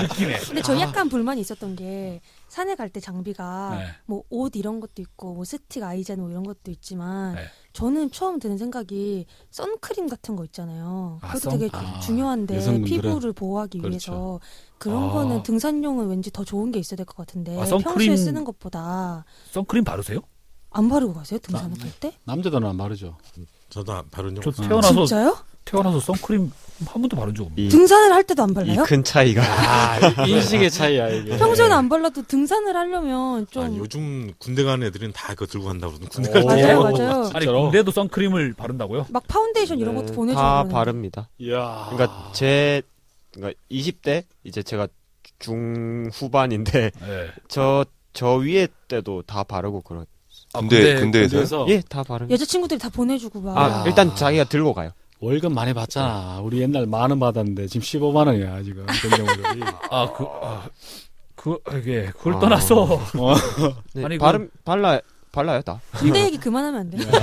Speaker 2: 느끼네.
Speaker 3: 근데 저 약간 불만이 있었던 게 산에 갈 때 장비가
Speaker 2: 네.
Speaker 3: 뭐 옷 이런 것도 있고 뭐 스틱 아이젠 뭐 이런 것도 있지만
Speaker 2: 네.
Speaker 3: 저는 처음 드는 생각이 선크림 같은 거 있잖아요.
Speaker 2: 아,
Speaker 3: 그것도 되게
Speaker 2: 선크림.
Speaker 3: 중요한데
Speaker 6: 여성분들은?
Speaker 3: 피부를 보호하기 위해서 그런
Speaker 2: 아.
Speaker 3: 거는 등산용은 왠지 더 좋은 게 있어야 될 것 같은데
Speaker 2: 아, 선크림-
Speaker 3: 평소에 쓰는 것보다
Speaker 2: 선크림 바르세요?
Speaker 3: 안 바르고 가세요 등산을 갈 때?
Speaker 6: 남자들은 안 바르죠.
Speaker 4: 저도 안- 바른 적
Speaker 2: 저
Speaker 4: 없어요.
Speaker 2: 태어나서
Speaker 3: 아. 진짜요?
Speaker 2: 태어나서 선크림 한 번도 바른 적 없네.
Speaker 3: 등산을 할 때도 안 발라요?
Speaker 7: 이 그- 큰 차이가
Speaker 6: 인식의 아, 차이야 이게.
Speaker 3: 평소에는 안 발라도 등산을 하려면 좀 어.
Speaker 4: 아니, 요즘 군대 가는 애들은 다 그거 들고 간다고 그러는 군대
Speaker 6: 오.
Speaker 4: 갈 때.
Speaker 3: 맞아요
Speaker 2: 오,
Speaker 3: 맞아요.
Speaker 2: 아니
Speaker 6: 진짜로?
Speaker 2: 근데도 선크림을 바른다고요?
Speaker 3: 막 파운데이션 이런 것도
Speaker 7: 네,
Speaker 3: 보내주고
Speaker 7: 다
Speaker 3: 그러는데.
Speaker 7: 바릅니다.
Speaker 6: 이야.
Speaker 7: 그러니까 제 그러니까 20대 이제 제가 중후반인데
Speaker 2: 네.
Speaker 7: 저, 저 위에 때도 다 바르고 그런.
Speaker 2: 아,
Speaker 5: 군대 군대에서 요
Speaker 6: 그래서
Speaker 7: 예, 다 바르고.
Speaker 3: 여자친구들이 다 보내주고 막
Speaker 7: 아, 일단 자기가 들고 가요.
Speaker 6: 월급 많이 받잖아. 우리 옛날 만 원 받았는데 지금 15만 원이야 지금 경쟁률이.
Speaker 2: 아, 그, 아, 그, 이게, 그걸
Speaker 7: 아.
Speaker 2: 떠나서.
Speaker 7: 네,
Speaker 2: 아니,
Speaker 7: 바름, 발라, 발라요, 다.
Speaker 3: 군대 얘기 그만하면 안
Speaker 2: 네, 뭐.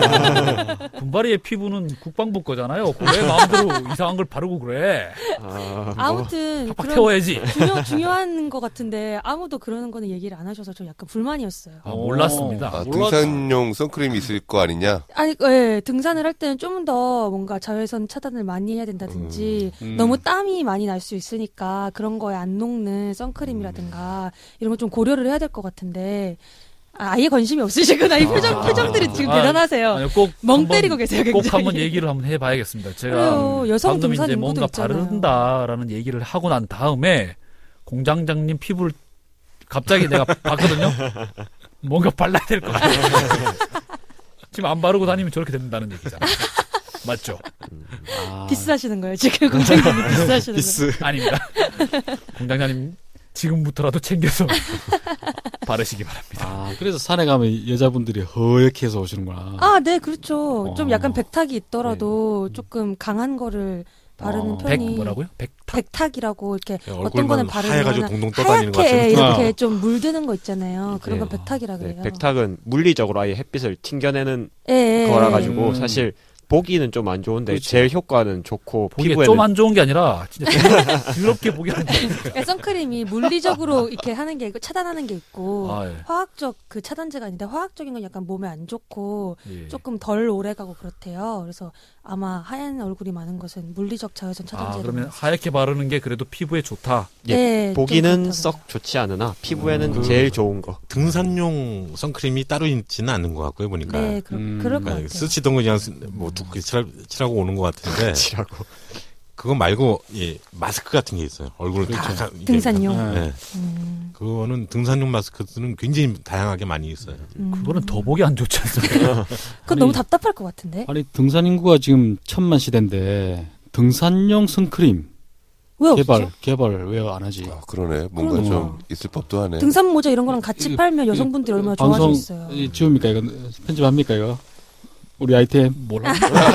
Speaker 3: 돼요?
Speaker 2: 군바리의 피부는 국방부 거잖아요. 그왜 마음대로 이상한 걸 바르고 그래?
Speaker 7: 아,
Speaker 3: 아무튼
Speaker 2: 팍
Speaker 3: 그런
Speaker 2: 태워야지.
Speaker 3: 중요, 중요한 것 같은데 아무도 그러는 거는 얘기를 안 하셔서 저 약간 불만이었어요.
Speaker 2: 아, 몰랐습니다.
Speaker 5: 아,
Speaker 6: 몰랐어.
Speaker 5: 등산용 선크림이 있을 거 아니냐?
Speaker 3: 아니 예, 등산을 할 때는 좀 더 뭔가 자외선 차단을 많이 해야 된다든지
Speaker 6: 음.
Speaker 3: 너무 땀이 많이 날 수 있으니까 그런 거에 안 녹는
Speaker 2: 음.
Speaker 3: 선크림이라든가 이런 걸 좀 고려를 해야 될 것 같은데 아, 아예 관심이 없으시구나 이 표정 표정들이 지금
Speaker 2: 아,
Speaker 3: 대단하세요.
Speaker 2: 아니요, 꼭.
Speaker 3: 멍
Speaker 2: 한번-
Speaker 3: 때리고 계세요. 굉장히.
Speaker 2: 꼭 한번 얘기를 한번 해봐야겠습니다. 제가
Speaker 3: 그래요. 여성
Speaker 2: 방금
Speaker 3: 등산
Speaker 2: 이제
Speaker 3: 인구도
Speaker 2: 뭔가
Speaker 3: 있잖아요.
Speaker 2: 바른다라는 얘기를 하고 난 다음에 공장장님 피부를 갑자기 내가 봤거든요. 뭔가 발라야 될 것 같아요. 지금 안 바르고 다니면 저렇게 된다는 얘기잖아요. 맞죠?
Speaker 6: 아,
Speaker 3: 디스하시는 거예요 지금 공장님이 디스하시는 거예요.
Speaker 2: 아닙니다. 공장장님 지금부터라도 챙겨서 바르시기 바랍니다.
Speaker 6: 아, 그래서 산에 가면 여자분들이 허옇게 해서 오시는구나.
Speaker 3: 아, 네, 그렇죠. 좀
Speaker 6: 어.
Speaker 3: 약간 백탁이 있더라도 조금 강한 거를 바르는
Speaker 6: 어.
Speaker 2: 백
Speaker 3: 편이
Speaker 2: 뭐라고요? 백탁.
Speaker 3: 백탁이라고 이렇게 어떤 거는
Speaker 4: 얼굴만
Speaker 3: 바르면
Speaker 4: 하얘가지고
Speaker 3: 하나-
Speaker 4: 동동 떠다니는 것
Speaker 3: 하얗게
Speaker 4: 같은
Speaker 3: 이렇게 좀 물드는 거 있잖아요. 그런
Speaker 7: 네.
Speaker 3: 건 백탁이라
Speaker 7: 네,
Speaker 3: 그래요.
Speaker 7: 백탁은 물리적으로 아예 햇빛을 튕겨내는
Speaker 3: 예, 예,
Speaker 7: 거라 가지고
Speaker 6: 음.
Speaker 7: 사실 보기는 좀 안 좋은데
Speaker 6: 그렇죠.
Speaker 7: 제일 효과는 좋고
Speaker 2: 보기에
Speaker 7: 피부에는 네.
Speaker 2: 좀 안 좋은 게 아니라 진짜 더럽- 더럽게 보기 안 좋은
Speaker 3: 예. 그러니까 선크림이 물리적으로 이렇게 하는 게 있고 차단하는 게 있고
Speaker 2: 아, 예.
Speaker 3: 화학적 그 차단제가 있는데 화학적인 건 약간 몸에 안 좋고
Speaker 2: 예.
Speaker 3: 조금 덜 오래가고 그렇대요. 그래서 아마 하얀 얼굴이 많은 것은 물리적 자외선 차단제.
Speaker 2: 아, 그러면 하얗게 바르는 게 그래도 피부에 좋다.
Speaker 7: 예,
Speaker 3: 예,
Speaker 7: 보기는
Speaker 3: 좀 그렇다고요.
Speaker 7: 썩 좋지 않으나 피부에는
Speaker 4: 음.
Speaker 7: 제일 좋은 거.
Speaker 4: 등산용 선크림이 따로 있지는 않은 것 같고요, 보니까.
Speaker 3: 네, 그러,
Speaker 6: 음,
Speaker 3: 그럴 것
Speaker 4: 그러니까
Speaker 3: 같아요.
Speaker 4: 쓰시던 거 그냥 쓰- 뭐 두껍게 칠하, 칠하고 오는 것 같은데
Speaker 7: 지라고.
Speaker 4: 그거 말고 예, 마스크 같은 게 있어요. 얼굴을 다 가- 이게-
Speaker 3: 그렇죠. 등산용.
Speaker 4: 예,
Speaker 3: 음,
Speaker 4: 그거는 등산용 마스크들은 굉장히 다양하게 많이 있어요.
Speaker 3: 음.
Speaker 2: 그거는 더 보기 안 좋지 않습니까?
Speaker 3: 그건
Speaker 6: 아니,
Speaker 3: 너무 답답할 것 같은데.
Speaker 6: 아니 등산 인구가 지금 천만 시대인데 등산용 선크림
Speaker 3: 왜 없죠?
Speaker 6: 개발 개발 왜 안 하지?
Speaker 5: 아, 그러네. 뭔가
Speaker 3: 그러니까.
Speaker 5: 좀 있을 법도 하네.
Speaker 3: 등산 모자 이런 거랑 같이
Speaker 6: 이-
Speaker 3: 팔면 여성분들이 얼마나
Speaker 6: 방송
Speaker 3: 좋아하시겠어요.
Speaker 6: 이 지웁니까 이거 편집합니까 이거 우리 아이템
Speaker 2: 몰라.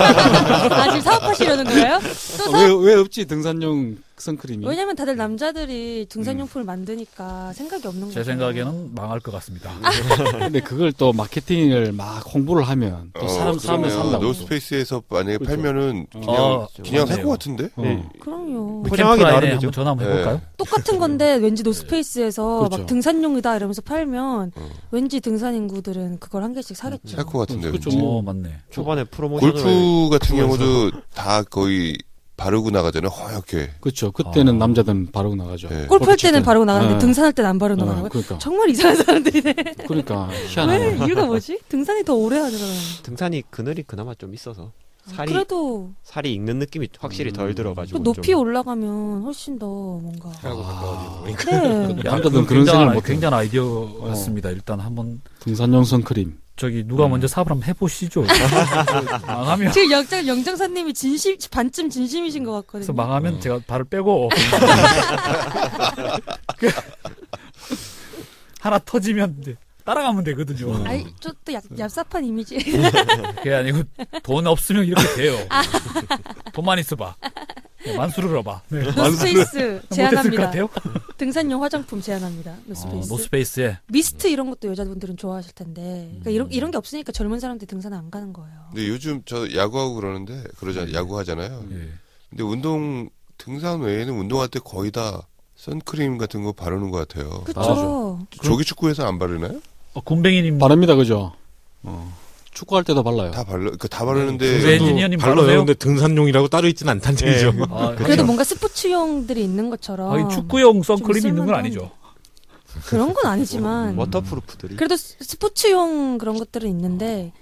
Speaker 3: 아 지금 사업하시려는 거예요? 또
Speaker 6: 왜
Speaker 3: 사업?
Speaker 6: 왜 없지 등산용 선크림이?
Speaker 3: 왜냐면 다들 남자들이 등산용품을 만드니까 생각이 없는 거예요.
Speaker 2: 제 생각에는 망할 것 같습니다.
Speaker 3: 아,
Speaker 6: 근데 그걸 또 마케팅을 막 홍보를 하면 또 사람 사람을
Speaker 5: 어, 그러네요.
Speaker 6: 산다고.
Speaker 5: 노스페이스에서 만약에
Speaker 6: 그렇죠.
Speaker 5: 팔면은 그냥
Speaker 2: 어,
Speaker 5: 그냥 살
Speaker 2: 맞네요.
Speaker 5: 것 같은데.
Speaker 6: 어.
Speaker 7: 네.
Speaker 3: 그럼요.
Speaker 7: 편하게
Speaker 2: 프라인에
Speaker 7: 나름이죠.
Speaker 2: 한번 전화 한번 해볼까요?
Speaker 3: 똑같은 건데 왠지 노스페이스에서
Speaker 6: 그렇죠.
Speaker 3: 막 등산용이다 이러면서 팔면
Speaker 7: 어.
Speaker 5: 음.
Speaker 3: 왠지 등산 인구들은 그걸 한 개씩 사겠죠.
Speaker 7: 음.
Speaker 5: 살 것 같은데.
Speaker 6: 그렇죠.
Speaker 5: 왠지.
Speaker 3: 음.
Speaker 2: 어, 맞네.
Speaker 7: 초반에 프로모션을
Speaker 5: 골프 같은
Speaker 7: 그거에서.
Speaker 5: 경우도 다 거의 바르고 나가잖아요. 허옇게.
Speaker 6: 그렇죠. 그때는
Speaker 2: 아.
Speaker 6: 남자들은 바르고 나가죠.
Speaker 5: 예.
Speaker 3: 골프할
Speaker 6: 골프칠
Speaker 3: 때는
Speaker 6: 때.
Speaker 3: 바르고 나가는데
Speaker 6: 네.
Speaker 3: 등산할 때는 안 바르고
Speaker 6: 어,
Speaker 3: 나가는 거예요?
Speaker 6: 그러니까
Speaker 3: 정말 이상한 사람들이네.
Speaker 6: 그러니까
Speaker 3: 왜
Speaker 6: 희한하네.
Speaker 3: 이유가 뭐지? 등산이 더 오래 하는 사람.
Speaker 7: 등산이 그늘이 그나마 좀 있어서 살이
Speaker 3: 그래도
Speaker 7: 살이 익는 느낌이 확실히 덜 들어가지고
Speaker 3: 그 높이
Speaker 7: 좀
Speaker 3: 올라가면 훨씬 더 뭔가.
Speaker 4: 하고 가까워지고 그러니까.
Speaker 3: 네.
Speaker 2: 야,
Speaker 6: 남자들은
Speaker 2: 그건
Speaker 6: 그런
Speaker 2: 굉장한,
Speaker 6: 생각을 못 해요.
Speaker 2: 굉장한 아이디어였습니다. 일단 한번
Speaker 6: 등산용 선크림.
Speaker 2: 저기
Speaker 3: 음.
Speaker 2: 누가 먼저 사업을 한번 해보시죠. 망하면
Speaker 3: 지금 영장 영장사님이 진심 반쯤 진심이신 것
Speaker 2: 그래서
Speaker 3: 같거든요.
Speaker 2: 망하면 제가 발을 빼고 그- 하나 터지면 이제 따라가면 되거든요.
Speaker 3: 아니, 저또
Speaker 2: 음.
Speaker 3: 얍삽한 이미지.
Speaker 2: 어, 그게 아니고 돈 없으면 이렇게 돼요.
Speaker 3: 아.
Speaker 2: 돈만 있어봐. 네, 만수르러 봐. 네.
Speaker 3: 노스페이스
Speaker 2: 못했을 것
Speaker 3: 제안합니다.
Speaker 2: 같아요. 아, 어,
Speaker 3: 등산용 화장품 제안합니다. 그 노스페이스.
Speaker 2: 노스페이스에
Speaker 3: 미스트 이런 것도 여자분들은 좋아하실 텐데.
Speaker 2: 음.
Speaker 3: 그러니까 이런 이런 게 없으니까 젊은 사람들이 등산 안
Speaker 5: 네.
Speaker 3: 가는 거예요.
Speaker 5: 근데 요즘 저 야구하고 그러는데 그러자 야구 하잖아요.
Speaker 2: 네. 예.
Speaker 5: 근데 운동 등산 외에는 운동할 때 거의 다 선크림 같은 거 바르는 것 같아요.
Speaker 3: 그쵸.
Speaker 5: 조기 축구에서 안 바르나요?
Speaker 2: 어, 군뱅이님
Speaker 6: 바릅니다, 그죠? 어. 축구할 때도 발라요.
Speaker 5: 다 발라, 그다
Speaker 2: 그
Speaker 5: 바르는데
Speaker 2: 엔지니어님
Speaker 4: 발로요. 네.
Speaker 2: 바르세요?
Speaker 4: 근데 등산용이라고 따로 있진 않다는 얘기죠.
Speaker 2: 아,
Speaker 3: 그래도 뭔가 스포츠용들이 있는 것처럼
Speaker 2: 하긴 아, 축구용 선크림이 있는 건
Speaker 3: 어. 쓸만한
Speaker 2: 아니죠.
Speaker 3: 그런 건 아니지만
Speaker 7: 뭐, 워터프루프들이
Speaker 3: 그래도 스- 스포츠용 그런 것들은 있는데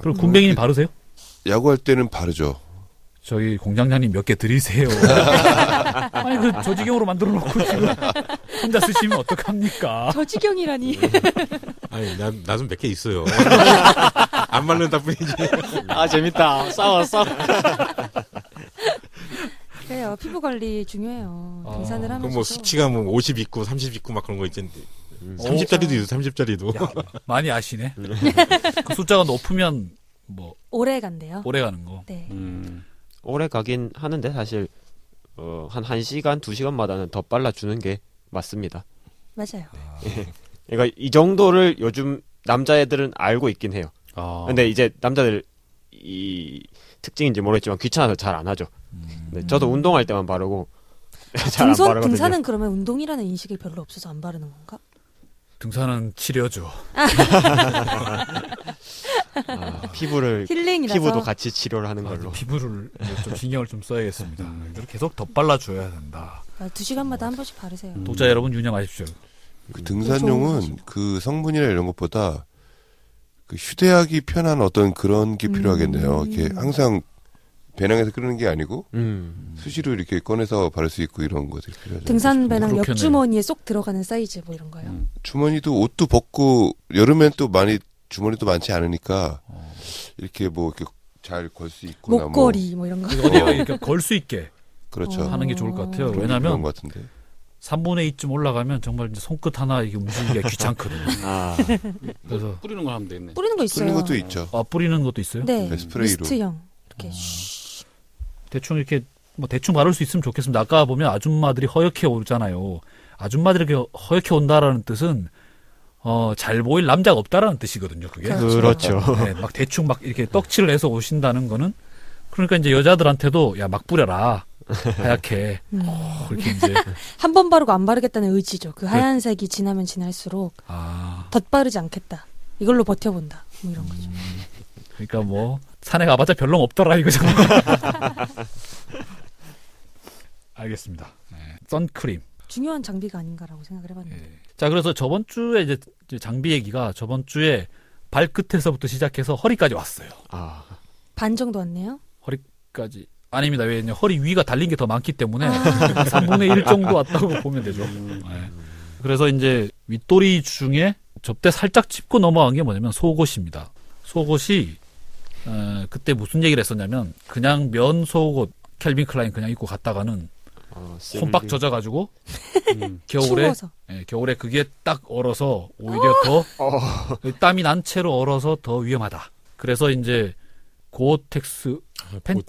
Speaker 2: 그럼 군뱅이님 바르세요?
Speaker 5: 야구할 때는 바르죠.
Speaker 2: 저희 공장장님 몇 개 드리세요. 아니 그 조직용으로 만들어 놓고 지금 혼자 쓰시면 어떡합니까?
Speaker 3: 저지경이라니
Speaker 4: 아니, 나, 나좀 몇 개 있어요. 안 말른다 뿐이지.
Speaker 7: 아 재밌다 싸워 싸워
Speaker 3: 그래요 피부 관리 중요해요
Speaker 2: 아,
Speaker 3: 등산을 하면서
Speaker 4: 그럼 뭐 수치가 뭐 50 있고 30 있고 막 그런 거 있잖아.
Speaker 7: 음.
Speaker 4: 30짜리도 있어, 30짜리도.
Speaker 2: 많이 아시네. 그 숫자가 높으면 뭐
Speaker 3: 오래 간대요
Speaker 2: 오래 가는 거.
Speaker 3: 네
Speaker 6: 음.
Speaker 7: 오래 가긴 하는데 사실 어한 1시간 2시간마다는 더 빨라 주는 게 맞습니다.
Speaker 3: 맞아요
Speaker 7: 그러니까 이 정도를 요즘 남자애들은 알고 있긴 해요.
Speaker 6: 아.
Speaker 7: 근데 이제 남자들 이 특징인지 모르겠지만 귀찮아서 잘 안 하죠. 네, 저도 운동할 때만 바르고 잘 안
Speaker 3: 등산,
Speaker 7: 바르거든요.
Speaker 3: 등산은 그러면 운동이라는 인식이 별로 없어서 안 바르는 건가?
Speaker 2: 등산은 치료죠.
Speaker 7: 아, 피부를
Speaker 3: 힐링이라서
Speaker 7: 피부도 같이 치료를 하는 걸로.
Speaker 2: 피부를 좀 신경을 좀 써야겠습니다. 이걸 계속 덧발라줘야 된다.
Speaker 3: 아, 두 시간마다 한 번씩 바르세요
Speaker 6: 음.
Speaker 2: 독자 여러분 유념하십시오. 음.
Speaker 5: 그 등산용은 그 성분이나 이런 것보다 그 휴대하기 편한 어떤 그런 게
Speaker 3: 음.
Speaker 5: 필요하겠네요. 이렇게 항상 배낭에서 끓는 게 아니고
Speaker 7: 음.
Speaker 5: 수시로 이렇게 꺼내서 바를 수 있고 이런 것들이 필요하죠.
Speaker 3: 등산 배낭
Speaker 2: 그렇겠네.
Speaker 3: 옆주머니에 쏙 들어가는 사이즈 뭐 이런 거요
Speaker 6: 음.
Speaker 5: 주머니도 옷도 벗고 여름엔 또 많이 주머니도 많지 않으니까 이렇게 뭐 이렇게 잘 걸 수 있거나
Speaker 3: 목걸이 뭐 이런 거
Speaker 2: 이거 어디에 이렇게 걸 수 있게
Speaker 5: 뭐 그렇죠.
Speaker 3: 어.
Speaker 2: 하는 게 좋을 것 같아요.
Speaker 5: 그런- 그런
Speaker 2: 왜냐하면
Speaker 5: 것 같은데
Speaker 2: 3분의 2쯤 올라가면 정말 이제 손끝 하나 이게 움직이기가 귀찮거든요.
Speaker 7: 아,
Speaker 2: 그래서
Speaker 6: 뿌리는 걸 하면 되겠네.
Speaker 3: 뿌리는 거 있어요
Speaker 5: 쓰는 것도 있죠.
Speaker 2: 아, 뿌리는 것도 있어요.
Speaker 3: 네
Speaker 5: 네, 스프레이로.
Speaker 3: 미스트형 이렇게 슈-
Speaker 2: 대충 이렇게 뭐 대충 바를 수 있으면 좋겠습니다. 아까 보면 아줌마들이 허옇게 오잖아요. 아줌마들이 이렇게 허옇게 온다라는 뜻은 어, 잘 보일 남자가 없다라는 뜻이거든요. 그게
Speaker 7: 그렇죠.
Speaker 2: 네, 막 대충 막 이렇게 떡칠을 해서 오신다는 거는 그러니까 이제 여자들한테도 야 막 뿌려라 하얗게
Speaker 3: 음.
Speaker 2: 어, 이렇게 이제
Speaker 3: 한 번 바르고 안 바르겠다는 의지죠 그 하얀색이 지나면 지날수록
Speaker 2: 아
Speaker 3: 덧바르지 않겠다 이걸로 버텨본다 뭐 이런 거죠
Speaker 2: 그러니까 뭐 산에 가봤자 별로 없더라 이거잖아. 알겠습니다. 네, 선크림.
Speaker 3: 중요한 장비가 아닌가라고 생각을 해봤는데
Speaker 2: 자, 그래서 저번 주에 이제 이제 장비 얘기가 저번 주에 발끝에서부터 시작해서 허리까지 왔어요.
Speaker 7: 아,
Speaker 3: 반 정도 왔네요
Speaker 2: 까지. 아닙니다. 왜냐면 허리 위가 달린 게 더 많기 때문에
Speaker 3: 아.
Speaker 2: 3분의 1 정도 왔다고 보면 되죠. 네. 그래서 이제 윗도리 중에 접대 살짝 짚고 넘어간 게 뭐냐면 속옷입니다. 속옷이 어, 그때 무슨 얘기를 했었냐면 그냥 면 속옷 캘빈 클라인 그냥 입고 갔다가는
Speaker 7: 어, 쓸-
Speaker 2: 홈박 젖어가지고
Speaker 6: 음.
Speaker 2: 겨울에
Speaker 3: 추워서
Speaker 2: 예, 겨울에 그게 딱 얼어서 오히려 더
Speaker 7: 어.
Speaker 2: 땀이 난 채로 얼어서 더 위험하다. 그래서 이제 아, 고어텍스 팬티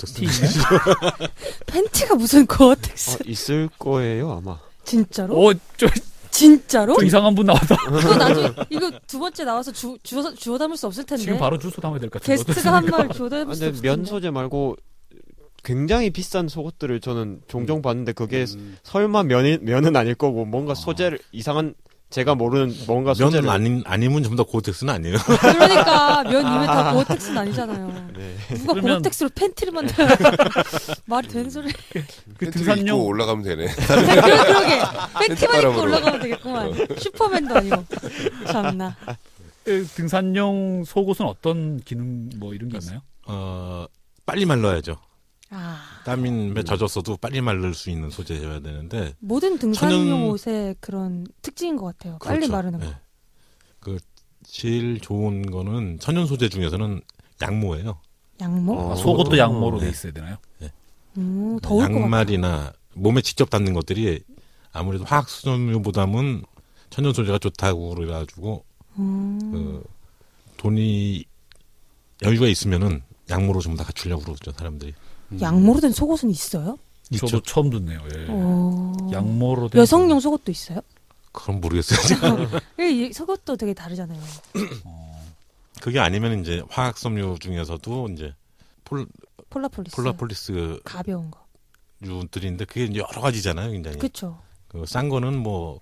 Speaker 3: 팬티가 무슨
Speaker 7: 어,
Speaker 3: 고어텍스
Speaker 7: 있을 거예요 아마.
Speaker 3: 진짜로
Speaker 2: 오좀
Speaker 3: 진짜로
Speaker 2: 어? 이상한 분 나왔다.
Speaker 3: 이거 나중에 이거 두 번째 나와서 주, 주워, 주워 담을 수 없을 텐데
Speaker 2: 지금 바로 주소 담아야 될 것 같은데.
Speaker 3: 게스트가 한
Speaker 2: 어떻습니까?
Speaker 3: 말 주워
Speaker 7: 아,
Speaker 3: 담을 수
Speaker 7: 근데
Speaker 3: 없을 텐데
Speaker 7: 면 소재 말고 굉장히 비싼 속옷들을 저는 종종 봤는데 그게
Speaker 6: 음.
Speaker 7: 설마 면이, 면은 아닐 거고 뭔가 소재를 이상한 제가 모르는 뭔가 소재를
Speaker 4: 면은 아니, 아니면 전부 다 고어텍스는 아니에요.
Speaker 3: 그러니까 면 이외 다 고어텍스는 아니잖아요
Speaker 7: 네.
Speaker 3: 누가
Speaker 2: 그러면-
Speaker 3: 고어텍스로 팬티를 만들어 말이 되는 소리
Speaker 2: 그
Speaker 5: 팬티를 입고
Speaker 2: 등산용
Speaker 5: 올라가면 되네.
Speaker 3: 그러- 그러게 팬티만 입고
Speaker 5: 팬티바람으로.
Speaker 3: 올라가면 되겠구만 슈퍼맨도 아니고 참나
Speaker 2: 그 등산용 속옷은 어떤 기능 뭐 이런 게 있나요?
Speaker 4: 어, 빨리 말라야죠.
Speaker 3: 아
Speaker 4: 땀인에 젖었어도 빨리 말릴 수 있는 소재여야 되는데.
Speaker 3: 모든 등산용
Speaker 4: 천연-
Speaker 3: 옷의 그런 특징인 것 같아요 빨리
Speaker 4: 그렇죠.
Speaker 3: 마르는 거
Speaker 2: 네.
Speaker 4: 예. 그, 제일 좋은 거는 천연 소재 중에서는 양모예요.
Speaker 3: 양모
Speaker 7: 어,
Speaker 2: 아, 속옷도
Speaker 7: 어,
Speaker 2: 양모로
Speaker 4: 네.
Speaker 2: 돼 있어야 되나요?
Speaker 3: 음, 더울 것 같아
Speaker 4: 양말이나 몸에 직접 닿는 것들이 아무래도 화학 수전료보다는 천연 소재가 좋다고 그래가지고
Speaker 3: 음.
Speaker 4: 그 돈이 여유가 있으면은 양모로 전부 다 갖추려고 그러죠 사람들이.
Speaker 3: 양모로 된 속옷은 있어요?
Speaker 2: 저도 처음 듣네요. 예.
Speaker 3: 오.
Speaker 2: 양모로 된
Speaker 3: 어. 여성용 속옷도 있어요? 예,
Speaker 4: 그럼 모르겠어요.
Speaker 3: 이 이 속옷도 되게 다르잖아요.
Speaker 4: 그게 아니면 이제 화학 섬유 중에서도 이제 폴,
Speaker 3: 폴라폴리스.
Speaker 4: 폴라폴리스
Speaker 3: 가벼운 거.
Speaker 4: 유들인데 그게 이제 여러 가지잖아요, 굉장히.
Speaker 3: 그쵸.
Speaker 4: 그 싼 거는 뭐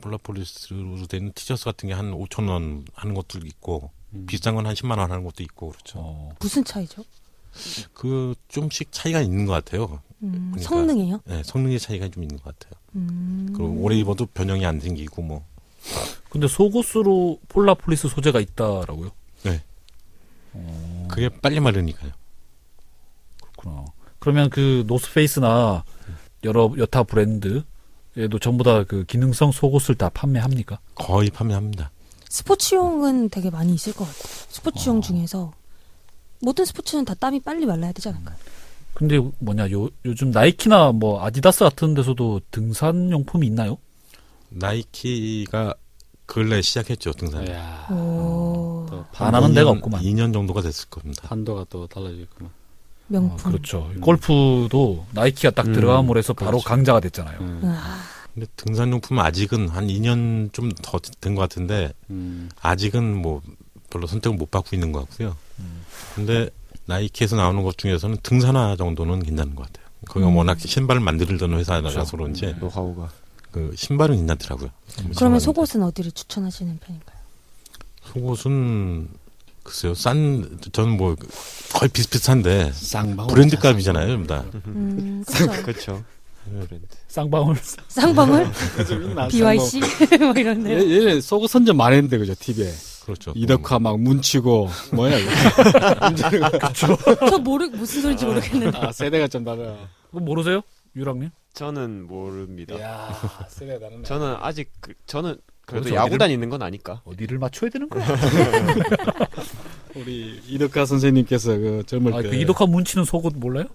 Speaker 4: 폴라폴리스로 된 티셔츠 같은 게 한 5천 원 하는 것도 있고
Speaker 6: 음.
Speaker 4: 비싼 건 한 10만 원 하는 것도 있고 그렇죠.
Speaker 2: 어.
Speaker 3: 무슨 차이죠?
Speaker 4: 그 좀씩 차이가 있는 것 같아요.
Speaker 3: 음,
Speaker 4: 그러니까.
Speaker 3: 성능이에요?
Speaker 4: 예, 성능의 차이가 좀 있는 것 같아요.
Speaker 3: 음.
Speaker 4: 그리고 오래 입어도 변형이 안 생기고 뭐
Speaker 2: 근데 속옷으로 폴라폴리스 소재가 있다라고요?
Speaker 4: 네.
Speaker 2: 어.
Speaker 4: 그게 빨리 마르니까요.
Speaker 2: 그렇구나. 그러면 그 노스페이스나 여러 여타 브랜드에도 전부 다 그 기능성 속옷을 다 판매합니까?
Speaker 4: 거의 판매합니다.
Speaker 3: 스포츠용은 되게 많이 있을 것 같아요. 스포츠용 중에서 모든 스포츠는 다 땀이 빨리 말라야 되지 않을까요?
Speaker 2: 근데 뭐냐 요 요즘 나이키나 뭐 아디다스 같은 데서도 등산 용품이 있나요?
Speaker 4: 나이키가 근래 시작했죠 등산.
Speaker 6: 야,
Speaker 3: 오,
Speaker 6: 아, 또
Speaker 2: 네.
Speaker 6: 아,
Speaker 2: 안 하는
Speaker 6: 판도,
Speaker 2: 데가 없구만.
Speaker 4: 2년 정도가 됐을 겁니다.
Speaker 6: 판도가 또 달라지겠구만.
Speaker 2: 아,
Speaker 3: 명품.
Speaker 2: 그렇죠. 골프도 나이키가 딱
Speaker 6: 음,
Speaker 2: 들어감으로 해서 바로
Speaker 6: 그렇죠.
Speaker 2: 강자가 됐잖아요.
Speaker 6: 음,
Speaker 3: 아,
Speaker 4: 근데 등산용품은 아직은 한 2년 좀 더 된 것 같은데
Speaker 6: 음,
Speaker 4: 아직은 뭐 별로 선택을 못 받고 있는 것 같고요. 근데 나이키에서 나오는 것 중에서는 등산화 정도는 괜찮은 것 같아요. 거기가
Speaker 3: 음.
Speaker 4: 워낙 신발을 만들던 회사라서 그런지
Speaker 7: 음, 노하우가
Speaker 4: 그 신발은 괜찮더라고요.
Speaker 3: 그러면
Speaker 4: 신발은.
Speaker 3: 속옷은 어디를 추천하시는 편인가요?
Speaker 4: 속옷은 글쎄요 싼 저는 뭐 거의 비슷비슷한데
Speaker 6: 쌍방울.
Speaker 4: 브랜드 값이잖아요, 다.
Speaker 3: 음, 그렇죠.
Speaker 7: 그렇죠. 브랜드.
Speaker 2: 쌍방울
Speaker 3: 쌍방울, BYC 뭐
Speaker 6: 예,
Speaker 3: 이런데.
Speaker 6: 얘네 어. 속옷 선전 많이 했는데 그죠 TV에
Speaker 4: 그렇죠.
Speaker 6: 이덕화 막 뭉치고 뭐야 이거
Speaker 3: 저 모르 무슨 소리인지 모르겠는데.
Speaker 6: 아, 세대가 좀 다르다.
Speaker 2: 그거 모르세요? 유랑님?
Speaker 7: 저는 모릅니다.
Speaker 6: 야 세대가 다르네.
Speaker 7: 저는 아직 그, 저는 그래도
Speaker 2: 어디서
Speaker 7: 야구단 있는 건 아니까.
Speaker 2: 어디를 맞춰야 되는 거야?
Speaker 6: 네. 우리 이덕화 선생님께서 그 젊을
Speaker 2: 아,
Speaker 6: 때
Speaker 2: 그 이독한 문치는 속옷 몰라요?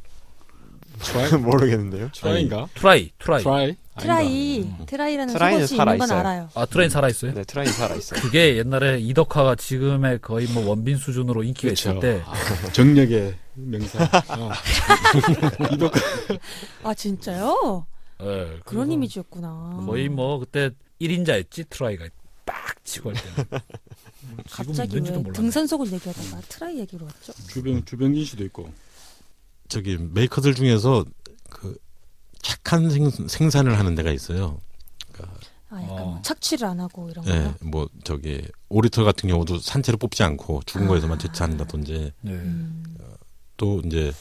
Speaker 7: 모르겠는데요.
Speaker 6: 트라이인가?
Speaker 2: 트라이, 트라이.
Speaker 6: 트라이?
Speaker 3: 트라이, 트라이라는
Speaker 7: 트라이는
Speaker 3: 속옷이 있는 건
Speaker 7: 살아있어요.
Speaker 3: 알아요.
Speaker 2: 아,
Speaker 6: 음.
Speaker 2: 트라이 살아있어요?
Speaker 7: 네, 트라이 살아 있어요.
Speaker 2: 그게 옛날에 이덕화가 지금의 거의 뭐 원빈 수준으로 인기가 있을 때
Speaker 6: 아, 정력의 명사. 어. 이덕화.
Speaker 3: 아 진짜요?
Speaker 2: 예,
Speaker 3: 그런
Speaker 2: 그래서
Speaker 3: 이미지였구나. 아.
Speaker 2: 거의 뭐 그때 1인자였지 트라이가 빡 치고 할 때는 뭐 지금
Speaker 3: 갑자기 왜
Speaker 2: 있는지도 몰라
Speaker 3: 등산 속옷 얘기하다가 트라이 얘기로 왔죠?
Speaker 6: 주병 주병진 씨도 있고.
Speaker 4: 저기 메이커들 중에서 그 착한 생- 생산을 하는 데가 있어요.
Speaker 3: 아 약간
Speaker 2: 어.
Speaker 3: 착취를 안 하고 이런
Speaker 4: 예,
Speaker 3: 거요.
Speaker 4: 뭐 저기 오리털 같은 경우도 산채로 뽑지 않고 죽은
Speaker 3: 아.
Speaker 4: 거에서만 채취한다든지
Speaker 2: 네.
Speaker 3: 음.
Speaker 4: 또 이제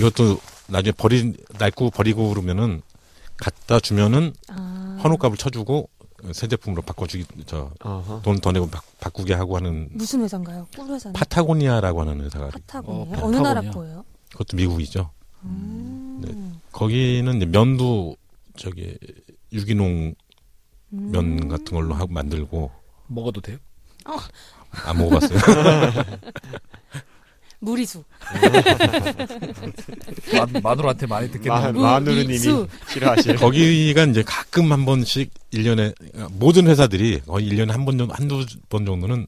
Speaker 4: 이것도 나중에 버리 낡고 버리고 그러면은 갖다 주면은
Speaker 3: 아.
Speaker 4: 헌옷값을 쳐주고 새 제품으로 바꿔주기 저돈
Speaker 7: 아하.
Speaker 4: 더 내고 바, 바꾸게 하고 하는
Speaker 3: 무슨 회사인가요? 꿀 회사?
Speaker 4: 파타고니아라고 하는 회사가
Speaker 3: 파타고니아.
Speaker 2: 어,
Speaker 3: 어, 느
Speaker 2: 파타고니아.
Speaker 3: 나라 거예요?
Speaker 4: 그것도 미국이죠.
Speaker 3: 음.
Speaker 4: 네. 거기는 이제 면도 저기 유기농
Speaker 3: 음.
Speaker 4: 면 같은 걸로 하고 만들고
Speaker 2: 먹어도 돼요?
Speaker 4: 안 먹어봤어요.
Speaker 3: 무리수.
Speaker 2: 마, 마누라한테 많이
Speaker 7: 마,
Speaker 6: 아,
Speaker 2: 듣겠네요
Speaker 7: 마누르님이
Speaker 3: 수.
Speaker 7: 싫어하실.
Speaker 4: 거기가 이제 가끔 한 번씩 일년에 모든 회사들이 거의 일년에 한 번 정도 한두 번 정도는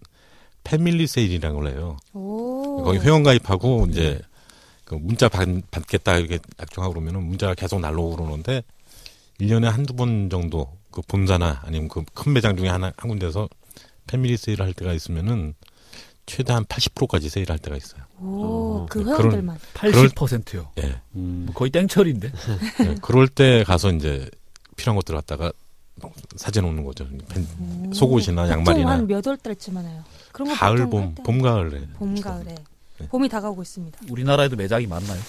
Speaker 4: 패밀리 세일이라는 걸 해요.
Speaker 3: 오.
Speaker 4: 거기 회원 가입하고 이제 그 문자 받, 받겠다 이렇게 약정하고 그러면은 문자가 계속 날로 오르는데 일년에 한두 번 정도 그 본사나 아니면 그 큰 매장 중에 하나 한 군데서 패밀리 세일을 할 때가 있으면은 최대한 80%까지 세일할 때가 있어요.
Speaker 3: 오.
Speaker 7: 어,
Speaker 3: 그
Speaker 4: 그런-
Speaker 3: 회원들만.
Speaker 2: 80%요
Speaker 4: 예.
Speaker 6: 음.
Speaker 2: 뭐 거의 땡철인데
Speaker 4: 네, 그럴 때 가서 이제 필요한 것들 갖다가 사재 놓는 거죠. 팬-
Speaker 3: 오.
Speaker 4: 속옷이나 양말이나
Speaker 3: 음. 한몇월 달쯤 하나요? 그런 거
Speaker 4: 가을
Speaker 3: 보통
Speaker 4: 봄,
Speaker 3: 할 때-
Speaker 4: 봄 가을에
Speaker 3: 봄, 가을에.
Speaker 4: 네.
Speaker 3: 봄이 다가오고 있습니다.
Speaker 2: 우리나라에도 매장이 많나요?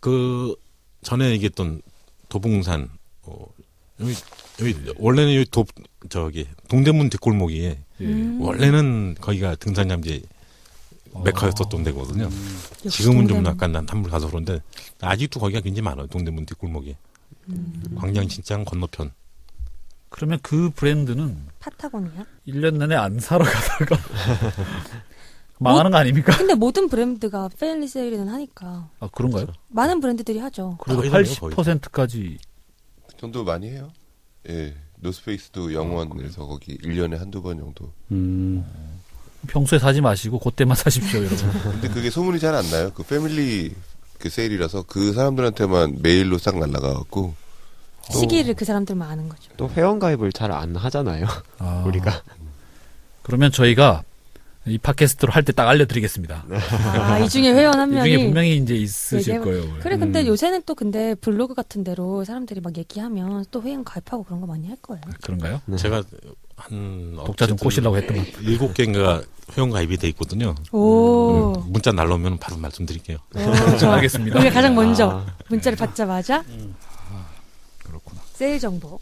Speaker 4: 그 전에 얘기했던 도봉산 어, 여기 여기 원래는 여기 도 저기 동대문 뒷골목이
Speaker 2: 예.
Speaker 3: 음.
Speaker 4: 원래는 거기가 등산 잠지
Speaker 2: 아.
Speaker 4: 메카였었던 데거든요.
Speaker 3: 역시
Speaker 4: 지금은 좀
Speaker 3: 동대문.
Speaker 4: 약간 난 한물 가서 그런데 아직도 거기가 굉장히 많아요. 동대문 뒷골목이
Speaker 3: 음.
Speaker 4: 광장 신장 건너편.
Speaker 2: 그러면 그 브랜드는
Speaker 3: 파타고니아.
Speaker 2: 1년 내내 안 사러 가다가 망하는 거 아닙니까?
Speaker 3: 근데 모든 브랜드가 패밀리 세일은 하니까
Speaker 2: 아 그런가요?
Speaker 3: 많은 브랜드들이 하죠.
Speaker 2: 그래도
Speaker 4: 거의 다네요, 거의.
Speaker 2: 80%까지
Speaker 5: 그 정도 많이 해요. 예. 노스페이스도 영원에서 거기 1년에 한두 번 정도.
Speaker 6: 음.
Speaker 2: 평소에 사지 마시고 그때만 사십시오 여러분
Speaker 5: 근데 그게 소문이 잘 안 나요. 그 패밀리 그 세일이라서 그 사람들한테만 메일로 싹 날라가 갖고
Speaker 2: 그렇죠.
Speaker 3: 시기를 그 사람들만 아는 거죠.
Speaker 7: 또 회원 가입을 잘 안 하잖아요.
Speaker 2: 아.
Speaker 7: 우리가
Speaker 2: 그러면 저희가 이 팟캐스트로 할 때 딱 알려드리겠습니다.
Speaker 3: 아, 이 중에 회원 한
Speaker 2: 이
Speaker 3: 명이
Speaker 2: 중에 분명히 이제 있으실
Speaker 3: 얘기해봐.
Speaker 2: 거예요.
Speaker 3: 그래 근데
Speaker 7: 음.
Speaker 3: 요새는 또 근데 블로그 같은 데로 사람들이 막 얘기하면 또 회원 가입하고 그런 거 많이 할 거예요.
Speaker 2: 그런가요?
Speaker 4: 제가 한
Speaker 2: 네. 독자 좀
Speaker 4: 어쨌든
Speaker 2: 꼬시려고 했더만.
Speaker 4: 일곱 개인가 회원 가입이 돼 있거든요.
Speaker 3: 오.
Speaker 4: 음, 문자 날라오면 바로 말씀드릴게요.
Speaker 2: 음.
Speaker 3: 오, 좋아.
Speaker 2: 알겠습니다.
Speaker 3: 우리가 가장 먼저
Speaker 7: 아.
Speaker 3: 문자를 받자마자
Speaker 2: 그렇구나.
Speaker 3: 세일 정보.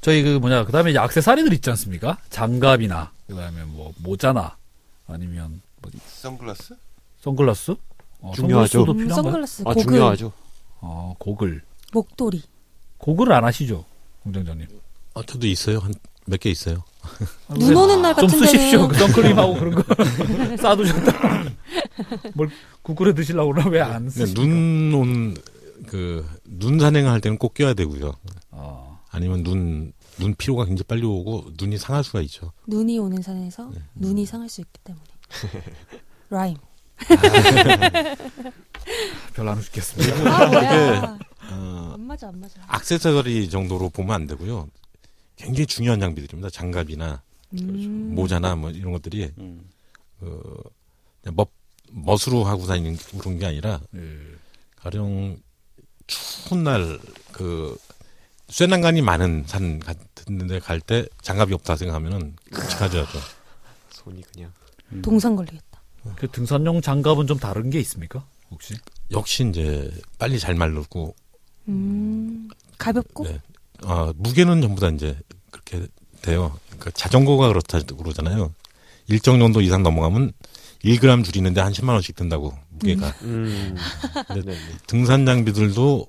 Speaker 2: 저희 그 뭐냐 그다음에 이제 악세사리들 있지 않습니까? 장갑이나 그다음에 뭐 모자나 아니면 뭐
Speaker 5: 선글라스?
Speaker 2: 선글라스? 어,
Speaker 7: 중요하죠.
Speaker 2: 선글라스도
Speaker 3: 음,
Speaker 2: 필요한가요?
Speaker 3: 선글라스,
Speaker 7: 아
Speaker 3: 고글,
Speaker 7: 중요하죠.
Speaker 2: 어, 고글.
Speaker 3: 목도리.
Speaker 2: 고글을 안 하시죠, 공장장님?
Speaker 4: 아, 저도 있어요. 한 몇 개 있어요.
Speaker 3: 눈 오는 날
Speaker 2: 아, 네. 좀
Speaker 3: 같은
Speaker 2: 쓰십시오.
Speaker 3: 데는
Speaker 2: 그 선크림하고 그런 거 싸두셨다. 뭘 구글에 드시려고 그러나 왜안
Speaker 4: 근데
Speaker 2: 쓰십니까?
Speaker 4: 네, 눈 온, 그, 눈 산행할 때는 꼭 껴야 되고요.
Speaker 2: 어,
Speaker 4: 아니면 눈, 눈 피로가 굉장히 빨리 오고 눈이 상할 수가 있죠.
Speaker 3: 눈이 오는 산에서
Speaker 2: 네.
Speaker 3: 눈이 상할 수 있기 때문에. 라임.
Speaker 2: 별로 안 웃겠습니다.
Speaker 3: 아
Speaker 2: 네.
Speaker 3: 뭐야.
Speaker 4: 어,
Speaker 3: 안 맞아 안 맞아.
Speaker 4: 악세사리 정도로 보면 안 되고요. 굉장히 중요한 장비들입니다. 장갑이나
Speaker 3: 음.
Speaker 4: 모자나 뭐 이런 것들이
Speaker 2: 음.
Speaker 4: 그 그냥 멋 멋으로 하고 다니는 그런 게 아니라
Speaker 2: 예.
Speaker 4: 가령 추운 날 그 쇠난간이 많은 산 같은데 갈 때 장갑이 없다 생각하면은
Speaker 2: 아.
Speaker 4: 가져야죠.
Speaker 7: 손이 그냥
Speaker 2: 그렇죠.
Speaker 3: 동상 걸리겠다.
Speaker 2: 그 등산용 장갑은 좀 다른 게 있습니까? 혹시?
Speaker 4: 역시 이제 빨리 잘 말르고
Speaker 3: 음. 가볍고
Speaker 4: 네. 아, 무게는 전부 다 이제 그렇게 돼요. 그러니까 자전거가 그렇다고 그러잖아요. 일정 정도 이상 넘어가면 1g 줄이는데 한 10만 원씩 든다고 무게가.
Speaker 7: 음. 네, 네.
Speaker 4: 등산 장비들도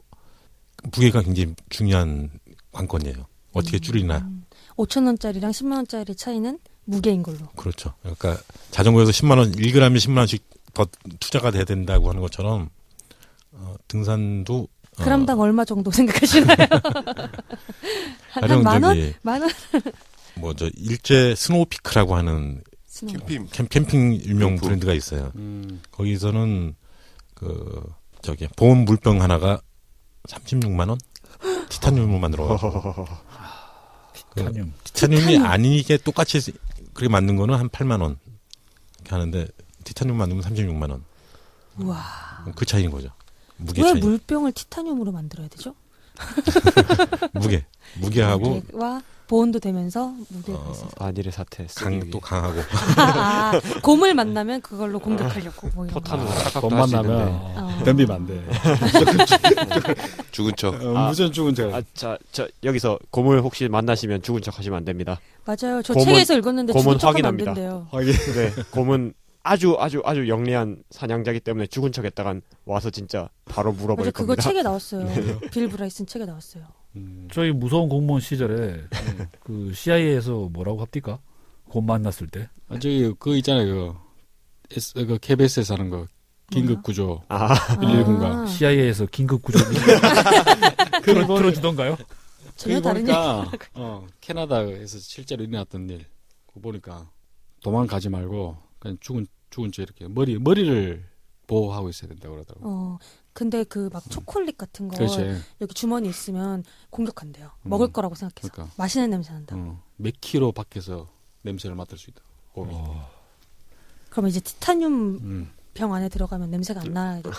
Speaker 4: 무게가 굉장히 중요한 관건이에요.
Speaker 3: 음.
Speaker 4: 어떻게 줄이나.
Speaker 3: 5천 원짜리랑 10만 원짜리 차이는 무게인 걸로.
Speaker 4: 그렇죠. 그러니까 자전거에서 10만 원, 1g이 10만 원씩 더 투자가 돼야 된다고 하는 것처럼 어, 등산도 어,
Speaker 3: 그람당 얼마 정도 생각하시나요?
Speaker 4: 가령
Speaker 3: 한만 원?
Speaker 4: 저기
Speaker 3: 만 원?
Speaker 4: 뭐저 일제 스노우피크라고 하는
Speaker 3: 스노우.
Speaker 5: 캠핑.
Speaker 4: 캠, 캠핑 유명
Speaker 5: 캠프.
Speaker 4: 브랜드가 있어요.
Speaker 6: 음.
Speaker 4: 거기서는 그 저기 보온 물병 하나가 36만 원? 티타늄으로 만들어.
Speaker 2: 티타늄.
Speaker 4: 티타늄이 아니게 똑같이 그렇게 만든 거는 한 8만 원 이렇게 하는데 티타늄 만들면 36만 원.
Speaker 3: 우와.
Speaker 4: 그 차이인 거죠. 무게
Speaker 3: 왜
Speaker 4: 차이.
Speaker 3: 물병을 티타늄으로 만들어야 되죠?
Speaker 4: 무게. 무게하고
Speaker 3: 와 보온도 되면서 무게가
Speaker 4: 어,
Speaker 3: 있어서.
Speaker 7: 반일의 사태. 쓰기
Speaker 4: 강도
Speaker 7: 위해.
Speaker 4: 강하고
Speaker 3: 아, 아, 곰을 만나면 그걸로 공격하려고 뭐 이런 거.
Speaker 7: 포탄으로 착각도
Speaker 6: 아, 돈만
Speaker 7: 할수
Speaker 6: 나면
Speaker 7: 있는데.
Speaker 2: 아,
Speaker 3: 어.
Speaker 6: 덤비면 안 돼.
Speaker 5: 죽은 척.
Speaker 6: 어,
Speaker 7: 아.
Speaker 6: 무전 죽은 제가.
Speaker 7: 아, 자, 자 여기서 고물 혹시 만나시면 죽은 척 하시면 안 됩니다.
Speaker 3: 맞아요. 저
Speaker 7: 곰은-
Speaker 3: 책에서 읽었는데
Speaker 7: 곰은
Speaker 3: 죽은 척하면 안
Speaker 7: 확인합니다.
Speaker 3: 된대요.
Speaker 6: 확인.
Speaker 7: 네, 곰은 아주 아주 아주 영리한 사냥자기 때문에 죽은 척했다간 와서 진짜 바로
Speaker 3: 맞아
Speaker 7: 물어버릴
Speaker 3: 그거
Speaker 7: 겁니다. 네.
Speaker 3: 책에 나왔어요. 빌 브라이슨 책에 나왔어요.
Speaker 6: 음.
Speaker 2: 저희 무서운 공무원 시절에 그 CIA에서 뭐라고 합니까? 곧 만났을 때.
Speaker 6: 아, 저기 그거 있잖아요. 그, S, 그 KBS에서 하는 거 긴급 구조.
Speaker 7: 아,
Speaker 6: 119 가.
Speaker 3: 아,
Speaker 2: CIA에서 긴급 구조 틀어, 틀어주던가요?
Speaker 3: 전혀
Speaker 6: 그거
Speaker 3: 다른 얘기.
Speaker 6: 보니까 어, 캐나다에서 실제로 일어났던 일. 그거 보니까 도망가지 말고 그냥 죽은 죽은 채 이렇게 머리 머리를 보호하고 있어야 된다고 그러더라고. 요
Speaker 3: 어 근데 그 막 초콜릿 같은 거
Speaker 7: 그렇죠.
Speaker 6: 그렇지.
Speaker 3: 여기 주머니 에 있으면 공격한대요.
Speaker 6: 음.
Speaker 3: 먹을 거라고 생각해서
Speaker 6: 그러니까
Speaker 3: 맛있는 냄새 난다. 고
Speaker 6: 어, 몇 킬로 밖에서 냄새를 맡을 수 있다. 곰이.
Speaker 3: 그러면 이제 티타늄
Speaker 6: 음.
Speaker 3: 병 안에 들어가면 냄새가 안 나겠죠?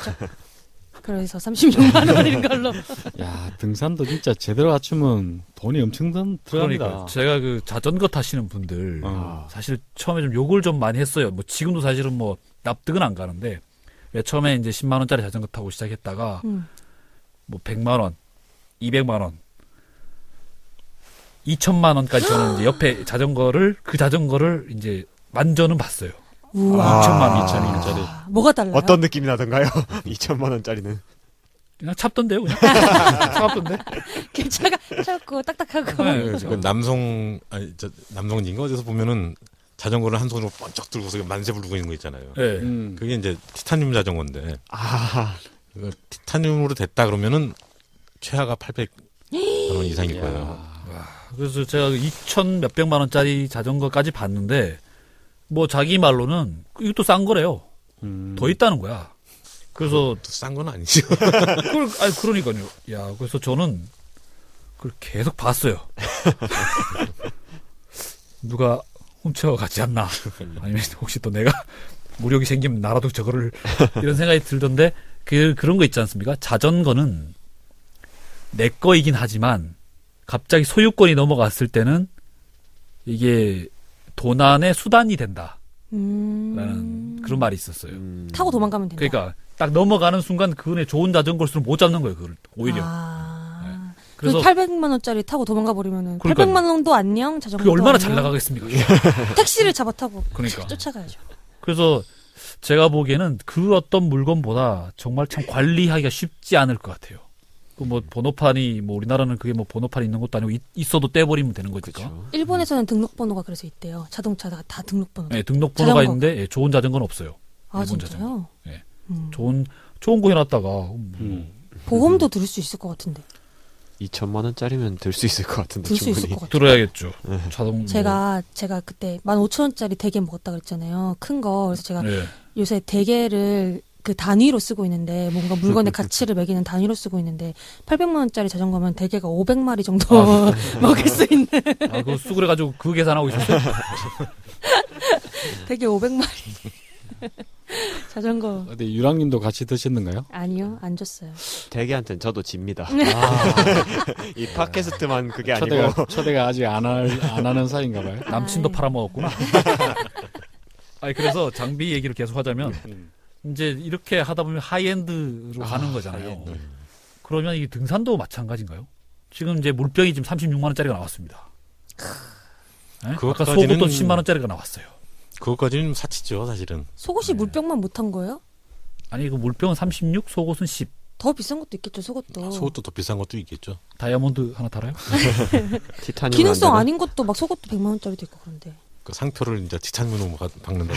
Speaker 3: 그래서 36만 원인 걸로.
Speaker 6: 야 등산도 진짜 제대로 갖추면 돈이 엄청 든- 들어갑니다.
Speaker 2: 그러니까 제가 그 자전거 타시는 분들
Speaker 6: 어.
Speaker 2: 사실 처음에 좀 욕을 좀 많이 했어요. 뭐 지금도 사실은 뭐 납득은 안 가는데 왜 처음에 이제 10만 원짜리 자전거 타고 시작했다가
Speaker 3: 음.
Speaker 2: 뭐 100만 원, 200만 원, 2천만 원까지 저는 이제 옆에 자전거를 그 자전거를 이제 만져는 봤어요.
Speaker 3: 우와.
Speaker 2: 2천만 원,
Speaker 6: 2천 원짜리.
Speaker 3: 뭐가 달라요?
Speaker 7: 어떤 느낌이 나던가요? 2천만 원짜리는
Speaker 2: 그냥 찹던데요, 그냥. 차갑던데.
Speaker 3: 괜찮아. 차갑고 딱딱하고.
Speaker 2: 네,
Speaker 4: 그 남성 아니 저 남성인가 어디서 보면은 자전거를 한 손으로 번쩍 들고서 만세 부르고 있는 거 있잖아요.
Speaker 2: 예.
Speaker 6: 음.
Speaker 4: 그게 이제 티타늄 자전거인데
Speaker 7: 아,
Speaker 4: 그거 티타늄으로 됐다 그러면은 최하가 800만 원 이상일 거예요.
Speaker 2: 그래서 제가 2천 몇백만 원짜리 자전거까지 봤는데 뭐 자기 말로는 이것도 싼 거래요.
Speaker 6: 음.
Speaker 2: 더 있다는 거야. 그래서
Speaker 4: 또 싼 건 아니죠.
Speaker 2: 그걸 아 그러니까요. 야 그래서 저는 그걸 계속 봤어요. 누가 훔쳐가지 않나. 아니면 혹시 또 내가 무력이 생기면 나라도 저거를 이런 생각이 들던데 그 그런 거 있지 않습니까? 자전거는 내 거이긴 하지만 갑자기 소유권이 넘어갔을 때는 이게 도난의 수단이 된다라는
Speaker 3: 음.
Speaker 2: 그런 말이 있었어요.
Speaker 7: 음.
Speaker 3: 타고 도망가면 된다.
Speaker 2: 그러니까 딱 넘어가는 순간 그분의 좋은 자전거일수록 못 잡는 거예요. 그걸 오히려. 네.
Speaker 3: 아. 그
Speaker 2: 그래서
Speaker 3: 800만 원짜리 타고 도망가 버리면은
Speaker 2: 그러니까요.
Speaker 3: 800만 원도 안녕 자전거
Speaker 2: 그게 얼마나 잘 나가겠습니까?
Speaker 3: 택시를 잡아 타고
Speaker 2: 그러니까.
Speaker 3: 쫓아가야죠.
Speaker 2: 그래서 제가 보기에는 그 어떤 물건보다 정말 참 관리하기가 쉽지 않을 것 같아요. 그뭐 번호판이 뭐 우리나라는 그게 뭐 번호판 있는 것도 아니고 있, 있어도 떼버리면 되는 거니까.
Speaker 7: 그렇죠.
Speaker 3: 일본에서는 등록번호가 그래서 있대요. 자동차가 다 등록번호.
Speaker 2: 예, 등록번호가
Speaker 3: 자전거.
Speaker 2: 있는데 예, 좋은 자전거는 없어요.
Speaker 3: 아
Speaker 2: 일본
Speaker 3: 진짜요?
Speaker 2: 예.
Speaker 3: 음.
Speaker 2: 좋은 좋은 거 해놨다가 음,
Speaker 6: 음.
Speaker 3: 보험도 들을 수 있을 것 같은데.
Speaker 2: 그
Speaker 7: 2천만 원짜리면 들 수 있을 것 같은데
Speaker 3: 들 수 있을
Speaker 7: 충분히.
Speaker 3: 것 같아요.
Speaker 2: 들어야겠죠. 자동.
Speaker 3: 제가 제가 그때 15,000원짜리 대게 먹었다 그랬잖아요. 큰 거. 그래서 제가
Speaker 2: 뭐, 예.
Speaker 3: 요새 대게를 그 단위로 쓰고 있는데 뭔가 물건의 가치를 매기는 단위로 쓰고 있는데 800만 원짜리 자전거면 대게가 500마리 정도 먹을 수 있는
Speaker 2: 아, 그거 수그래 가지고 그 계산하고 있었어요.
Speaker 3: 대게 500마리 자전거
Speaker 6: 근데 유랑님도 같이 드셨는가요?
Speaker 3: 아니요 네. 안 줬어요.
Speaker 7: 대개한테는 저도 집니다.
Speaker 2: 아,
Speaker 7: 이 팟캐스트만 그게 예, 아니고
Speaker 6: 초대가 초대가 아직 안, 할, 안 하는 사이인가 봐요.
Speaker 2: 남친도
Speaker 3: 아이.
Speaker 2: 팔아먹었구나. 아니 그래서 장비 얘기를 계속 하자면
Speaker 6: 음.
Speaker 2: 이제 이렇게 하다 보면 하이엔드로 가는 거잖아요. 그러면 이 등산도 마찬가지인가요? 지금 이제 물병이 지금 36만 원짜리가 나왔습니다. 네? 아까
Speaker 4: 그것까지는-
Speaker 2: 소금도 10만 원짜리가 나왔어요.
Speaker 4: 그것까지는 사치죠, 사실은.
Speaker 2: 네.
Speaker 3: 속옷이 물병만 못한 거예요?
Speaker 2: 아니 그 물병은 36, 속옷은 10.
Speaker 3: 더 비싼 것도 있겠죠
Speaker 2: 아,
Speaker 3: 속옷도.
Speaker 4: 속옷도 더 비싼 것도 있겠죠.
Speaker 2: 다이아몬드 하나 달아요?
Speaker 7: 티타늄
Speaker 3: 기능성 아닌 것도 막 속옷도 100만 원짜리도 있고 그런데
Speaker 4: 그 상표를 이제 티탄으로 박는다.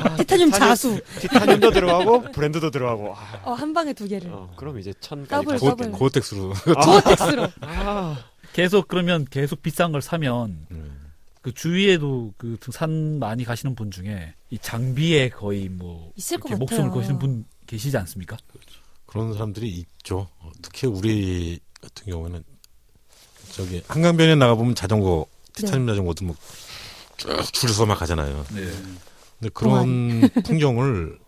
Speaker 2: 아,
Speaker 3: 티타늄 자수
Speaker 7: 티타늄도 들어가고 브랜드도 들어가고. 아,
Speaker 3: 어, 한 방에 두 개를
Speaker 7: 어, 그럼 이제 천까지
Speaker 3: 더블, 더블.
Speaker 7: 갈
Speaker 4: 고어-
Speaker 7: 수 있겠네.
Speaker 4: 고어텍스로.
Speaker 3: 조어텍스로
Speaker 7: 아,
Speaker 2: 계속 그러면 계속 비싼 걸 사면
Speaker 4: 음.
Speaker 2: 그 주위에도 그 등산 많이 가시는 분 중에 이 장비에 거의 뭐
Speaker 3: 있을 것
Speaker 2: 이렇게 목숨을
Speaker 3: 같아요.
Speaker 2: 거시는 분 계시지 않습니까?
Speaker 4: 그런 사람들이 있죠. 어, 특히 우리 같은 경우에는 저기 한강변에 나가 보면 자전거 티타늄 자전거도 뭐 뭐쭉 줄서 막 가잖아요.
Speaker 2: 네.
Speaker 4: 근데 그런 풍경을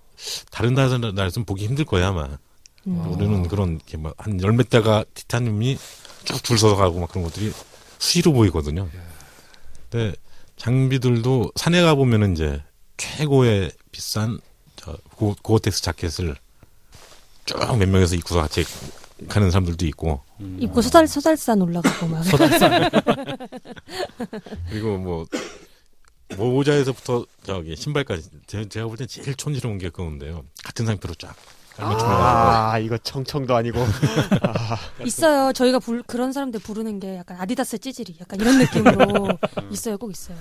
Speaker 4: 다른 나라- 나라에서는 보기 힘들 거야 아마.
Speaker 3: 음.
Speaker 4: 우리는 그런 이렇게 막한 열몇 대가 티타늄이 쭉 줄 서서 가고 막 그런 것들이 수시로 보이거든요. 근데 장비들도 산에 가 보면은 이제 최고의 비싼 저 고, 고어텍스 자켓을 쭉 몇 명에서 입고서 같이 가는 사람들도 있고
Speaker 6: 음.
Speaker 3: 입고 서달 서달산 올라가고 막
Speaker 4: 그리고 뭐 모자에서부터 저기 신발까지 제- 제가 볼 땐 제일 촌스러운 게 그건데요. 같은 상태로 쫙 깔맞춤해가지고
Speaker 7: 아, 이거 청청도 아니고
Speaker 3: 있어요. 저희가 불, 그런 사람들 부르는 게 약간 아디다스 찌질이 약간 이런 느낌으로
Speaker 4: 음.
Speaker 3: 있어요. 꼭 있어요.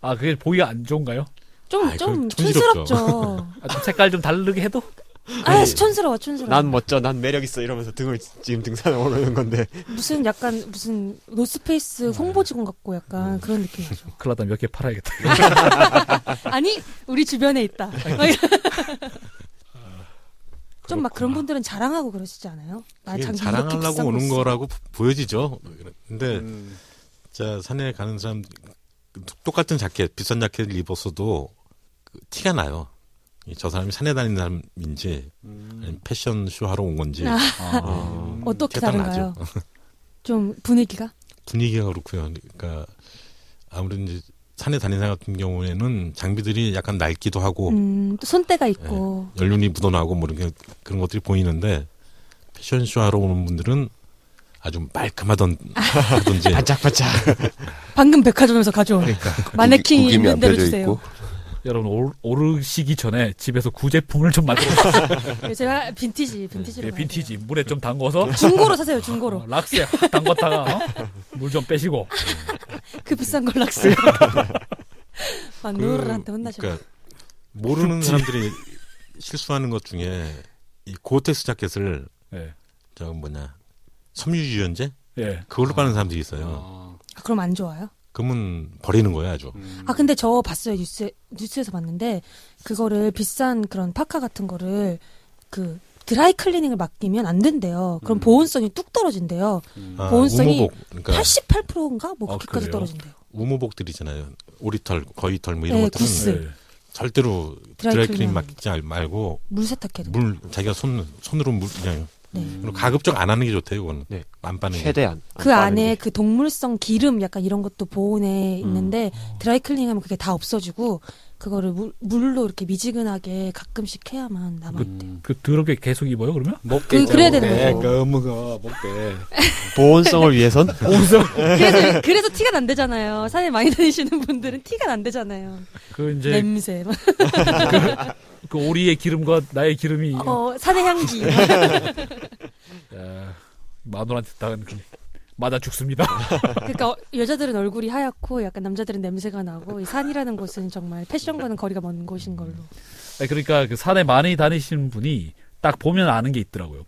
Speaker 2: 아 그게 보기가 안 좋은가요?
Speaker 3: 좀,
Speaker 4: 아이,
Speaker 3: 좀
Speaker 4: 그건 촌스럽죠.
Speaker 3: 촌스럽죠.
Speaker 2: 아, 좀 색깔 좀 다르게 해도
Speaker 3: 아, 촌스러워, 촌스러워.
Speaker 7: 난 멋져, 난 매력 있어 이러면서 등을 지금 등산에 오르는 건데
Speaker 3: 무슨 약간, 무슨
Speaker 4: 음.
Speaker 3: 노스페이스 홍보 직원 같고 약간 그런 느낌 나죠.
Speaker 2: 큰일 났다 몇 개 팔아야겠다.
Speaker 3: 아니, 우리 주변에 있다.
Speaker 4: 아,
Speaker 3: 좀 막 그런 분들은 자랑하고 그러시지 않아요? 나
Speaker 4: 그게
Speaker 3: 장비 이렇게
Speaker 4: 자랑하려고
Speaker 3: 비싼 거
Speaker 4: 오는
Speaker 3: 있어.
Speaker 4: 거라고 보- 보여지죠. 근데
Speaker 6: 음.
Speaker 4: 자 산에 가는 사람 똑같은 자켓 비싼 자켓을 입었어도 그 티가 나요. 이저 사람이 산에 다니는 사람인지 아니면 패션 쇼 하러 온 건지
Speaker 3: 아.
Speaker 4: 어,
Speaker 3: 어떻게
Speaker 4: 대단
Speaker 3: 다른가요? 좀 분위기가?
Speaker 4: 분위기가 그렇고요. 그러니까 아무래도 이제 산에 다니는 사람 같은 경우에는 장비들이 약간 낡기도 하고
Speaker 3: 음, 또 손때가
Speaker 4: 예.
Speaker 3: 있고.
Speaker 4: 연륜이 묻어나고 뭐 이렇게 그런 것들이 보이는데 패션 쇼 하러 오는 분들은 아주 말끔하던 하든지
Speaker 7: 반짝반짝.
Speaker 3: 방금 백화점에서
Speaker 5: 아,
Speaker 3: 가져온 마네킹이
Speaker 5: 구김이
Speaker 3: 있는
Speaker 5: 그 안
Speaker 3: 대로
Speaker 5: 펴져
Speaker 3: 주세요.
Speaker 5: 있고.
Speaker 2: 여러분 오- 오르시기 전에 집에서 구제품을 좀 만들어 보세요.
Speaker 3: 예, 제가
Speaker 4: 네,
Speaker 3: 빈티지, 빈티지로.
Speaker 2: 예,
Speaker 3: 가야
Speaker 2: 빈티지
Speaker 3: 돼요.
Speaker 2: 물에 좀 담궈서
Speaker 3: 중고로 사세요, 중고로.
Speaker 2: 어, 락스에 확 담궜다가 어? 물 좀 빼시고
Speaker 3: 그 비싼 걸 락스. 막
Speaker 4: 그,
Speaker 3: 노르한테 혼나셨죠.
Speaker 4: 그러니까 모르는 사람들이 실수하는 것 중에 이 고테스 자켓을
Speaker 2: 예.
Speaker 4: 저 뭐냐 섬유유연제
Speaker 2: 예.
Speaker 4: 그걸로 빠는 사람들이 있어요.
Speaker 6: 아,
Speaker 3: 아, 그럼 안 좋아요?
Speaker 4: 그러면 버리는 거야 아주.
Speaker 6: 음.
Speaker 3: 아 근데 저 봤어요 뉴스 뉴스에서 봤는데 그거를 비싼 그런 파카 같은 거를 그 드라이 클리닝을 맡기면 안 된대요. 그럼
Speaker 6: 음.
Speaker 3: 보온성이 뚝 떨어진대요.
Speaker 6: 음.
Speaker 4: 아,
Speaker 3: 보온성이
Speaker 4: 우모복 그러니까
Speaker 3: 88%인가 뭐
Speaker 2: 아,
Speaker 3: 그렇게까지
Speaker 2: 그래요?
Speaker 3: 떨어진대요.
Speaker 4: 우무복들이잖아요. 오리털, 거위털 뭐 이런
Speaker 3: 네,
Speaker 4: 것들은
Speaker 3: 구스.
Speaker 4: 절대로
Speaker 3: 드라이클리닝.
Speaker 4: 드라이클린 맡기지 알- 말고
Speaker 3: 물 세탁해도.
Speaker 4: 물 자기가 손 손으로 물 그냥
Speaker 3: 네.
Speaker 4: 그리고 가급적 안 하는 게 좋대요. 그건
Speaker 7: 네.
Speaker 4: 안 빠는 게.
Speaker 7: 최대한 안
Speaker 3: 그
Speaker 7: 빠는
Speaker 3: 안에
Speaker 7: 게.
Speaker 3: 그 동물성 기름 약간 이런 것도 보온에 있는데 드라이클리닝하면 그게 다 없어지고 그거를 물, 물로 이렇게 미지근하게 가끔씩 해야만 남아.
Speaker 6: 음.
Speaker 2: 그 더럽게 계속 입어요 그러면?
Speaker 6: 목대
Speaker 3: 그-
Speaker 6: 있잖아,
Speaker 3: 그래야 되는
Speaker 6: 목대.
Speaker 3: 거죠.
Speaker 6: 그 검은 거 목대.
Speaker 3: 그
Speaker 7: 보온성을 위해선
Speaker 3: 그래서 그래서 티가 난 되잖아요. 산에 많이 다니시는 분들은 티가 난 되잖아요.
Speaker 2: 그 이제
Speaker 3: 냄새. 막.
Speaker 2: 그 오리의 기름과 나의 기름이
Speaker 3: 어, 산의 향기.
Speaker 2: 야, 예, 마누라한테 당한 그 맞아 죽습니다.
Speaker 3: 그러니까 어, 여자들은 얼굴이 하얗고 약간 남자들은 냄새가 나고 이 산이라는 곳은 정말 패션과는 거리가 먼 곳인 걸로.
Speaker 2: 아니, 그러니까 그 산에 많이 다니시는 분이 딱 보면 아는 게 있더라고요.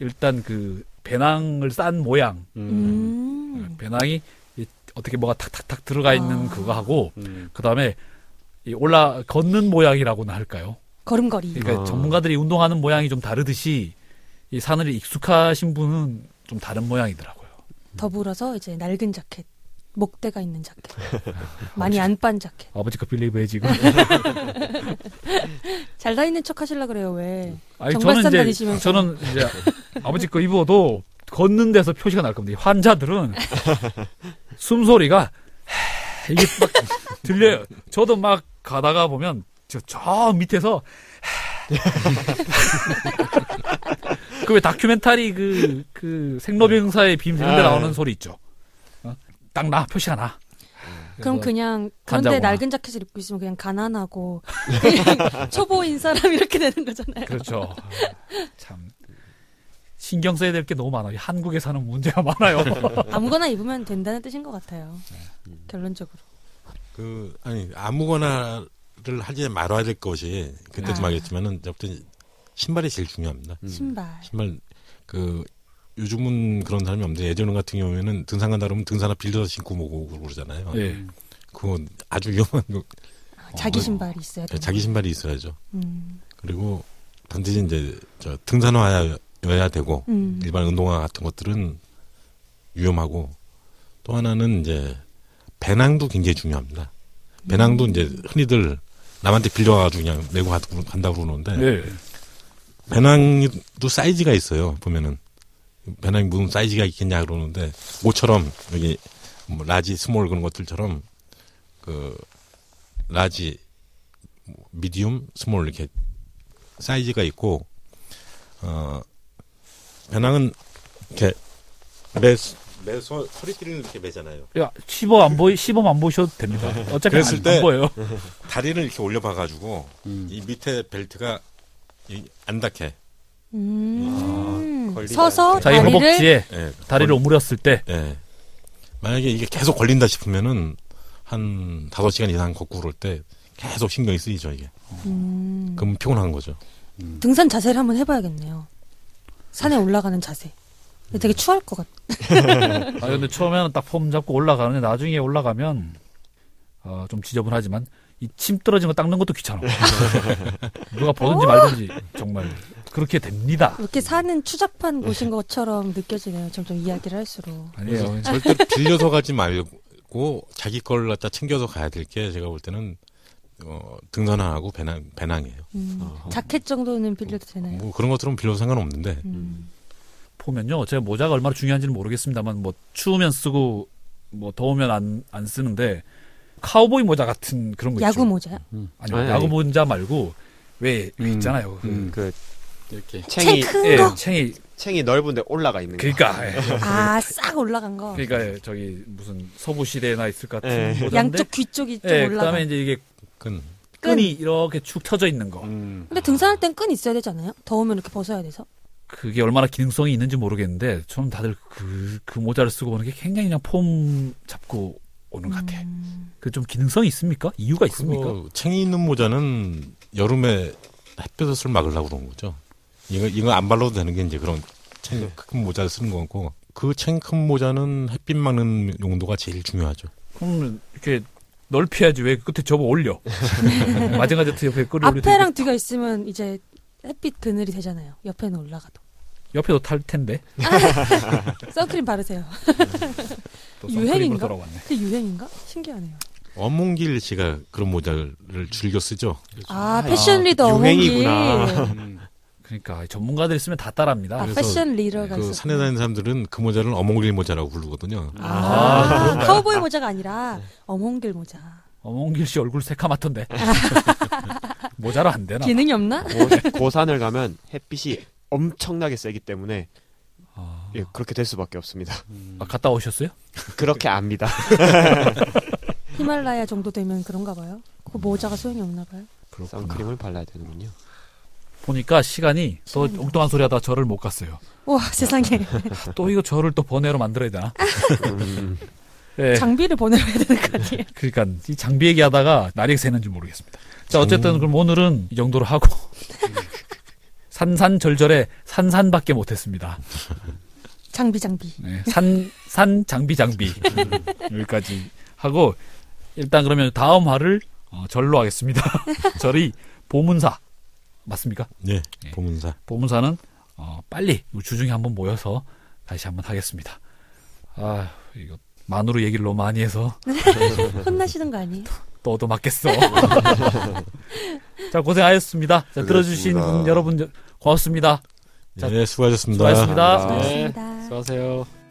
Speaker 2: 일단 그 배낭을 싼 모양,
Speaker 6: 음.
Speaker 3: 음.
Speaker 2: 배낭이 이- 어떻게 뭐가 탁탁탁 들어가 있는
Speaker 3: 아.
Speaker 2: 그거하고
Speaker 6: 음.
Speaker 2: 그 다음에 올라 걷는 모양이라고나 할까요?
Speaker 3: 걸음걸이.
Speaker 2: 그러니까
Speaker 7: 아.
Speaker 2: 전문가들이 운동하는 모양이 좀 다르듯이 이 산을 익숙하신 분은 좀 다른 모양이더라고요.
Speaker 3: 더불어서 이제 낡은 자켓, 목대가 있는 자켓, 많이 안 빤 자켓.
Speaker 2: 아버지가 빌리브해 지금.
Speaker 3: 잘 다니는 척 하실라 그래요 왜?
Speaker 2: 아니
Speaker 3: 정말
Speaker 2: 저는
Speaker 3: 싼
Speaker 2: 이제
Speaker 3: 다니시면서.
Speaker 2: 저는 이제 아버지 거 입어도 걷는 데서 표시가 날 겁니다. 이 환자들은 숨소리가 이게 막 들려요. 저도 막 가다가 보면 저, 저 밑에서 그 왜 다큐멘터리 그, 그 생로병사의 빔센데
Speaker 7: 아.
Speaker 2: 나오는 소리 있죠. 어? 딱 나, 표시가 나.
Speaker 3: 그럼
Speaker 2: 그래서
Speaker 3: 그냥
Speaker 2: 환자구나.
Speaker 3: 그런데 낡은 자켓을 입고 있으면 그냥 가난하고 그냥 초보인 사람 이렇게 되는 거잖아요.
Speaker 2: 그렇죠. 아, 참. 신경 써야 될 게 너무 많아요. 한국에 사는 문제가 많아요.
Speaker 3: 아무거나 입으면 된다는 뜻인 것 같아요. 결론적으로.
Speaker 4: 그 아니 아무거나를 하지 말아야 될 것이 그때도
Speaker 3: 아.
Speaker 4: 말했지만은 아무튼 신발이 제일 중요합니다.
Speaker 7: 음.
Speaker 3: 신발.
Speaker 4: 신발 그 요즘은 그런 사람이 없는데 예전 같은 경우에는 등산 간다 그러면 등산화 빌려서 신고 오고 그러잖아요.
Speaker 2: 예.
Speaker 4: 그건 아주 위험한 거.
Speaker 3: 아, 자기 신발이 있어야 돼.
Speaker 4: 네, 자기 신발이 있어야죠.
Speaker 3: 음.
Speaker 4: 그리고 반드시 이제 저 등산화여야 되고
Speaker 3: 음.
Speaker 4: 일반 운동화 같은 것들은 위험하고 또 하나는 이제 배낭도 굉장히 중요합니다. 배낭도 이제 흔히들 남한테 빌려가지고 그냥 메고 가- 간다고 그러는데
Speaker 2: 예.
Speaker 4: 배낭도 사이즈가 있어요. 보면은 배낭이 무슨 사이즈가 있겠냐 그러는데 옷처럼 여기 뭐 라지, 스몰 그런 것들처럼 그 라지, 뭐 미디움, 스몰 이렇게 사이즈가 있고 어 배낭은 이렇게 매 매서 허리띠를 이렇게 매잖아요.
Speaker 2: 예. 야, 시범 안 보이, 시범 안 보셔도 됩니다. 어차피
Speaker 4: 그랬을
Speaker 2: 안,
Speaker 4: 때-
Speaker 2: 안 보여요.
Speaker 4: 다리를 이렇게 올려봐가지고
Speaker 6: 음.
Speaker 4: 이 밑에 벨트가 이안 닿게
Speaker 3: 음.
Speaker 7: 걸리다.
Speaker 3: 서서
Speaker 2: 아, 자기
Speaker 3: 다리를
Speaker 2: 허벅지에
Speaker 4: 예,
Speaker 2: 다리를 오므렸을 때,
Speaker 4: 예. 만약에 이게 계속 걸린다 싶으면은 한 다섯 시간 이상 걷고 그럴 때 계속 신경이 쓰이죠 이게.
Speaker 3: 음.
Speaker 4: 그럼 피곤한 거죠.
Speaker 3: 등산 자세를 한번 해봐야겠네요. 산에 올라가는 자세. 근데 되게 추할 것 같아.
Speaker 2: 아, 근데 처음에는 딱 폼 잡고 올라가는데 나중에 올라가면, 어, 좀 지저분하지만, 이 침 떨어진 거 닦는 것도 귀찮아. 누가 보든지 말든지, 정말. 그렇게 됩니다.
Speaker 3: 이렇게 사는 추잡한 곳인 것처럼 느껴지네요. 점점 이야기를 할수록.
Speaker 2: 아니에요.
Speaker 4: 절대 빌려서 가지 말고 자기 걸 갖다 챙겨서 가야 될 게 제가 볼 때는 어, 등산화하고 배낭 배낭이에요.
Speaker 3: 음,
Speaker 7: 어허.
Speaker 3: 자켓 정도는 빌려도 되나요?
Speaker 4: 뭐 그런 것들은 빌려서 상관없는데
Speaker 3: 네. 음.
Speaker 2: 보면요. 제가 모자가 얼마나 중요한지는 모르겠습니다만, 뭐, 추우면 쓰고, 뭐, 더우면 안, 안 쓰는데, 뭐 카우보이 모자 같은 그런 거 있죠.
Speaker 3: 야구 모자.
Speaker 2: 아니요,
Speaker 7: 아니, 아니.
Speaker 2: 야구 모자 말고, 왜, 왜
Speaker 6: 음,
Speaker 2: 있잖아요. 그
Speaker 6: 음.
Speaker 7: 그
Speaker 6: 이렇게
Speaker 7: 챙이
Speaker 3: 큰
Speaker 2: 예,
Speaker 3: 거.
Speaker 2: 챙이,
Speaker 7: 챙이 넓은데 올라가 있는 거.
Speaker 2: 그니까, 예.
Speaker 3: 아, 싹 올라간 거.
Speaker 2: 그러니까 저기 무슨 서부 시대나 있을 것
Speaker 7: 예.
Speaker 2: 같은 모자인데
Speaker 3: 양쪽 귀 쪽이 좀
Speaker 2: 예,
Speaker 3: 올라가.
Speaker 2: 그다음에 이제 이게
Speaker 4: 끈
Speaker 3: 끈.
Speaker 2: 끈이 이렇게 축 펴져 있는 거.
Speaker 6: 음.
Speaker 3: 근데 등산할 땐 끈 있어야 되지 않아요? 더우면 이렇게 벗어야 돼서.
Speaker 2: 그게 얼마나 기능성이 있는지 모르겠는데 저는 다들 그, 그 모자를 쓰고 오는 게 굉장히 그냥 폼 잡고 오는 것 같아.
Speaker 3: 음.
Speaker 2: 그 좀 기능성이 있습니까? 이유가 있습니까?
Speaker 4: 그거 챙이 있는 모자는 여름에 햇볕을 막으려고 그런 거죠. 이거 이거 안 발라도 되는 게 이제 그런
Speaker 2: 네.
Speaker 4: 챙 큰 모자를 쓰는 거고 그 챙 큰 모자는 햇빛 막는 용도가 제일 중요하죠.
Speaker 2: 그러면 이렇게 넓혀야지 왜 끝에 접어 올려? 마징가제트 옆에 끌어 올려.
Speaker 3: 앞에랑 뒤가 있으면 이제 햇빛 그늘이 되잖아요. 옆에는 올라가도.
Speaker 2: 옆에도 탈 텐데.
Speaker 3: 선크림 바르세요.
Speaker 2: 또 선크림으로
Speaker 3: 유행인가?
Speaker 2: 돌아왔네.
Speaker 3: 그게 유행인가? 신기하네요.
Speaker 4: 엄몽길 씨가 그런 모자를 즐겨 쓰죠.
Speaker 3: 아,
Speaker 7: 아,
Speaker 3: 패션 리더 어머니.
Speaker 7: 유행이구나.
Speaker 6: 음.
Speaker 2: 그러니까 전문가들 있으면 다 따라합니다.
Speaker 3: 아,
Speaker 4: 그래서
Speaker 3: 패션 리더가
Speaker 4: 그
Speaker 3: 있었어.
Speaker 4: 산에 다니는 사람들은 그 모자를 어몽길 모자라고 부르거든요.
Speaker 3: 아, 카우보이 모자가 아니라 어몽길 모자.
Speaker 2: 어몽길 씨 얼굴 새카맣던데.
Speaker 3: 아.
Speaker 2: 모자로 안 되나?
Speaker 3: 기능이
Speaker 7: 그
Speaker 3: 없나?
Speaker 7: 고, 고산을 가면 햇빛이 엄청나게 세기 때문에
Speaker 2: 아,
Speaker 7: 예, 그렇게 될 수밖에 없습니다.
Speaker 2: 아, 갔다 오셨어요?
Speaker 7: 그렇게 압니다.
Speaker 3: 히말라야 정도 되면 그런가 봐요. 그 모자가 소용이 없나 봐요.
Speaker 2: 그렇구나.
Speaker 7: 선크림을 발라야 되는군요.
Speaker 2: 보니까 시간이 또
Speaker 3: 시간이
Speaker 2: 엉뚱한 소리 하다 저를 못 갔어요.
Speaker 3: 와, 세상에.
Speaker 2: 또 이거 저를 또 번외로 만들어야 되나?
Speaker 7: 음,
Speaker 2: 예.
Speaker 3: 장비를 보내러 해야 되는 거 아니에요?
Speaker 2: 그러니까 이 장비 얘기하다가 날이 새는지 모르겠습니다. 자 어쨌든 그럼 오늘은 이 정도로 하고 산산절절에 산산밖에 못했습니다.
Speaker 3: 장비, 장비.
Speaker 2: 네, 산산 장비 장비 음, 여기까지 하고 일단 그러면 다음 화를 어, 절로 하겠습니다. 절이 보문사 맞습니까?
Speaker 4: 예,
Speaker 2: 예.
Speaker 4: 보문사.
Speaker 2: 보문사는 어, 빨리 우리 주중에 한번 모여서 다시 한번 하겠습니다. 아 이거 만으로 얘기를 너무 많이 해서
Speaker 3: 혼나시는 거 아니에요?
Speaker 2: 너도 맞겠어. 자, 고생하셨습니다. 자, 들어주신
Speaker 5: 고생하셨습니다.
Speaker 2: 분 여러분 고맙습니다. 자,
Speaker 4: 예, 수고하셨습니다.
Speaker 2: 수고하셨습니다.
Speaker 7: 감사합니다.
Speaker 3: 고맙습니다.
Speaker 6: 네, 수고하세요.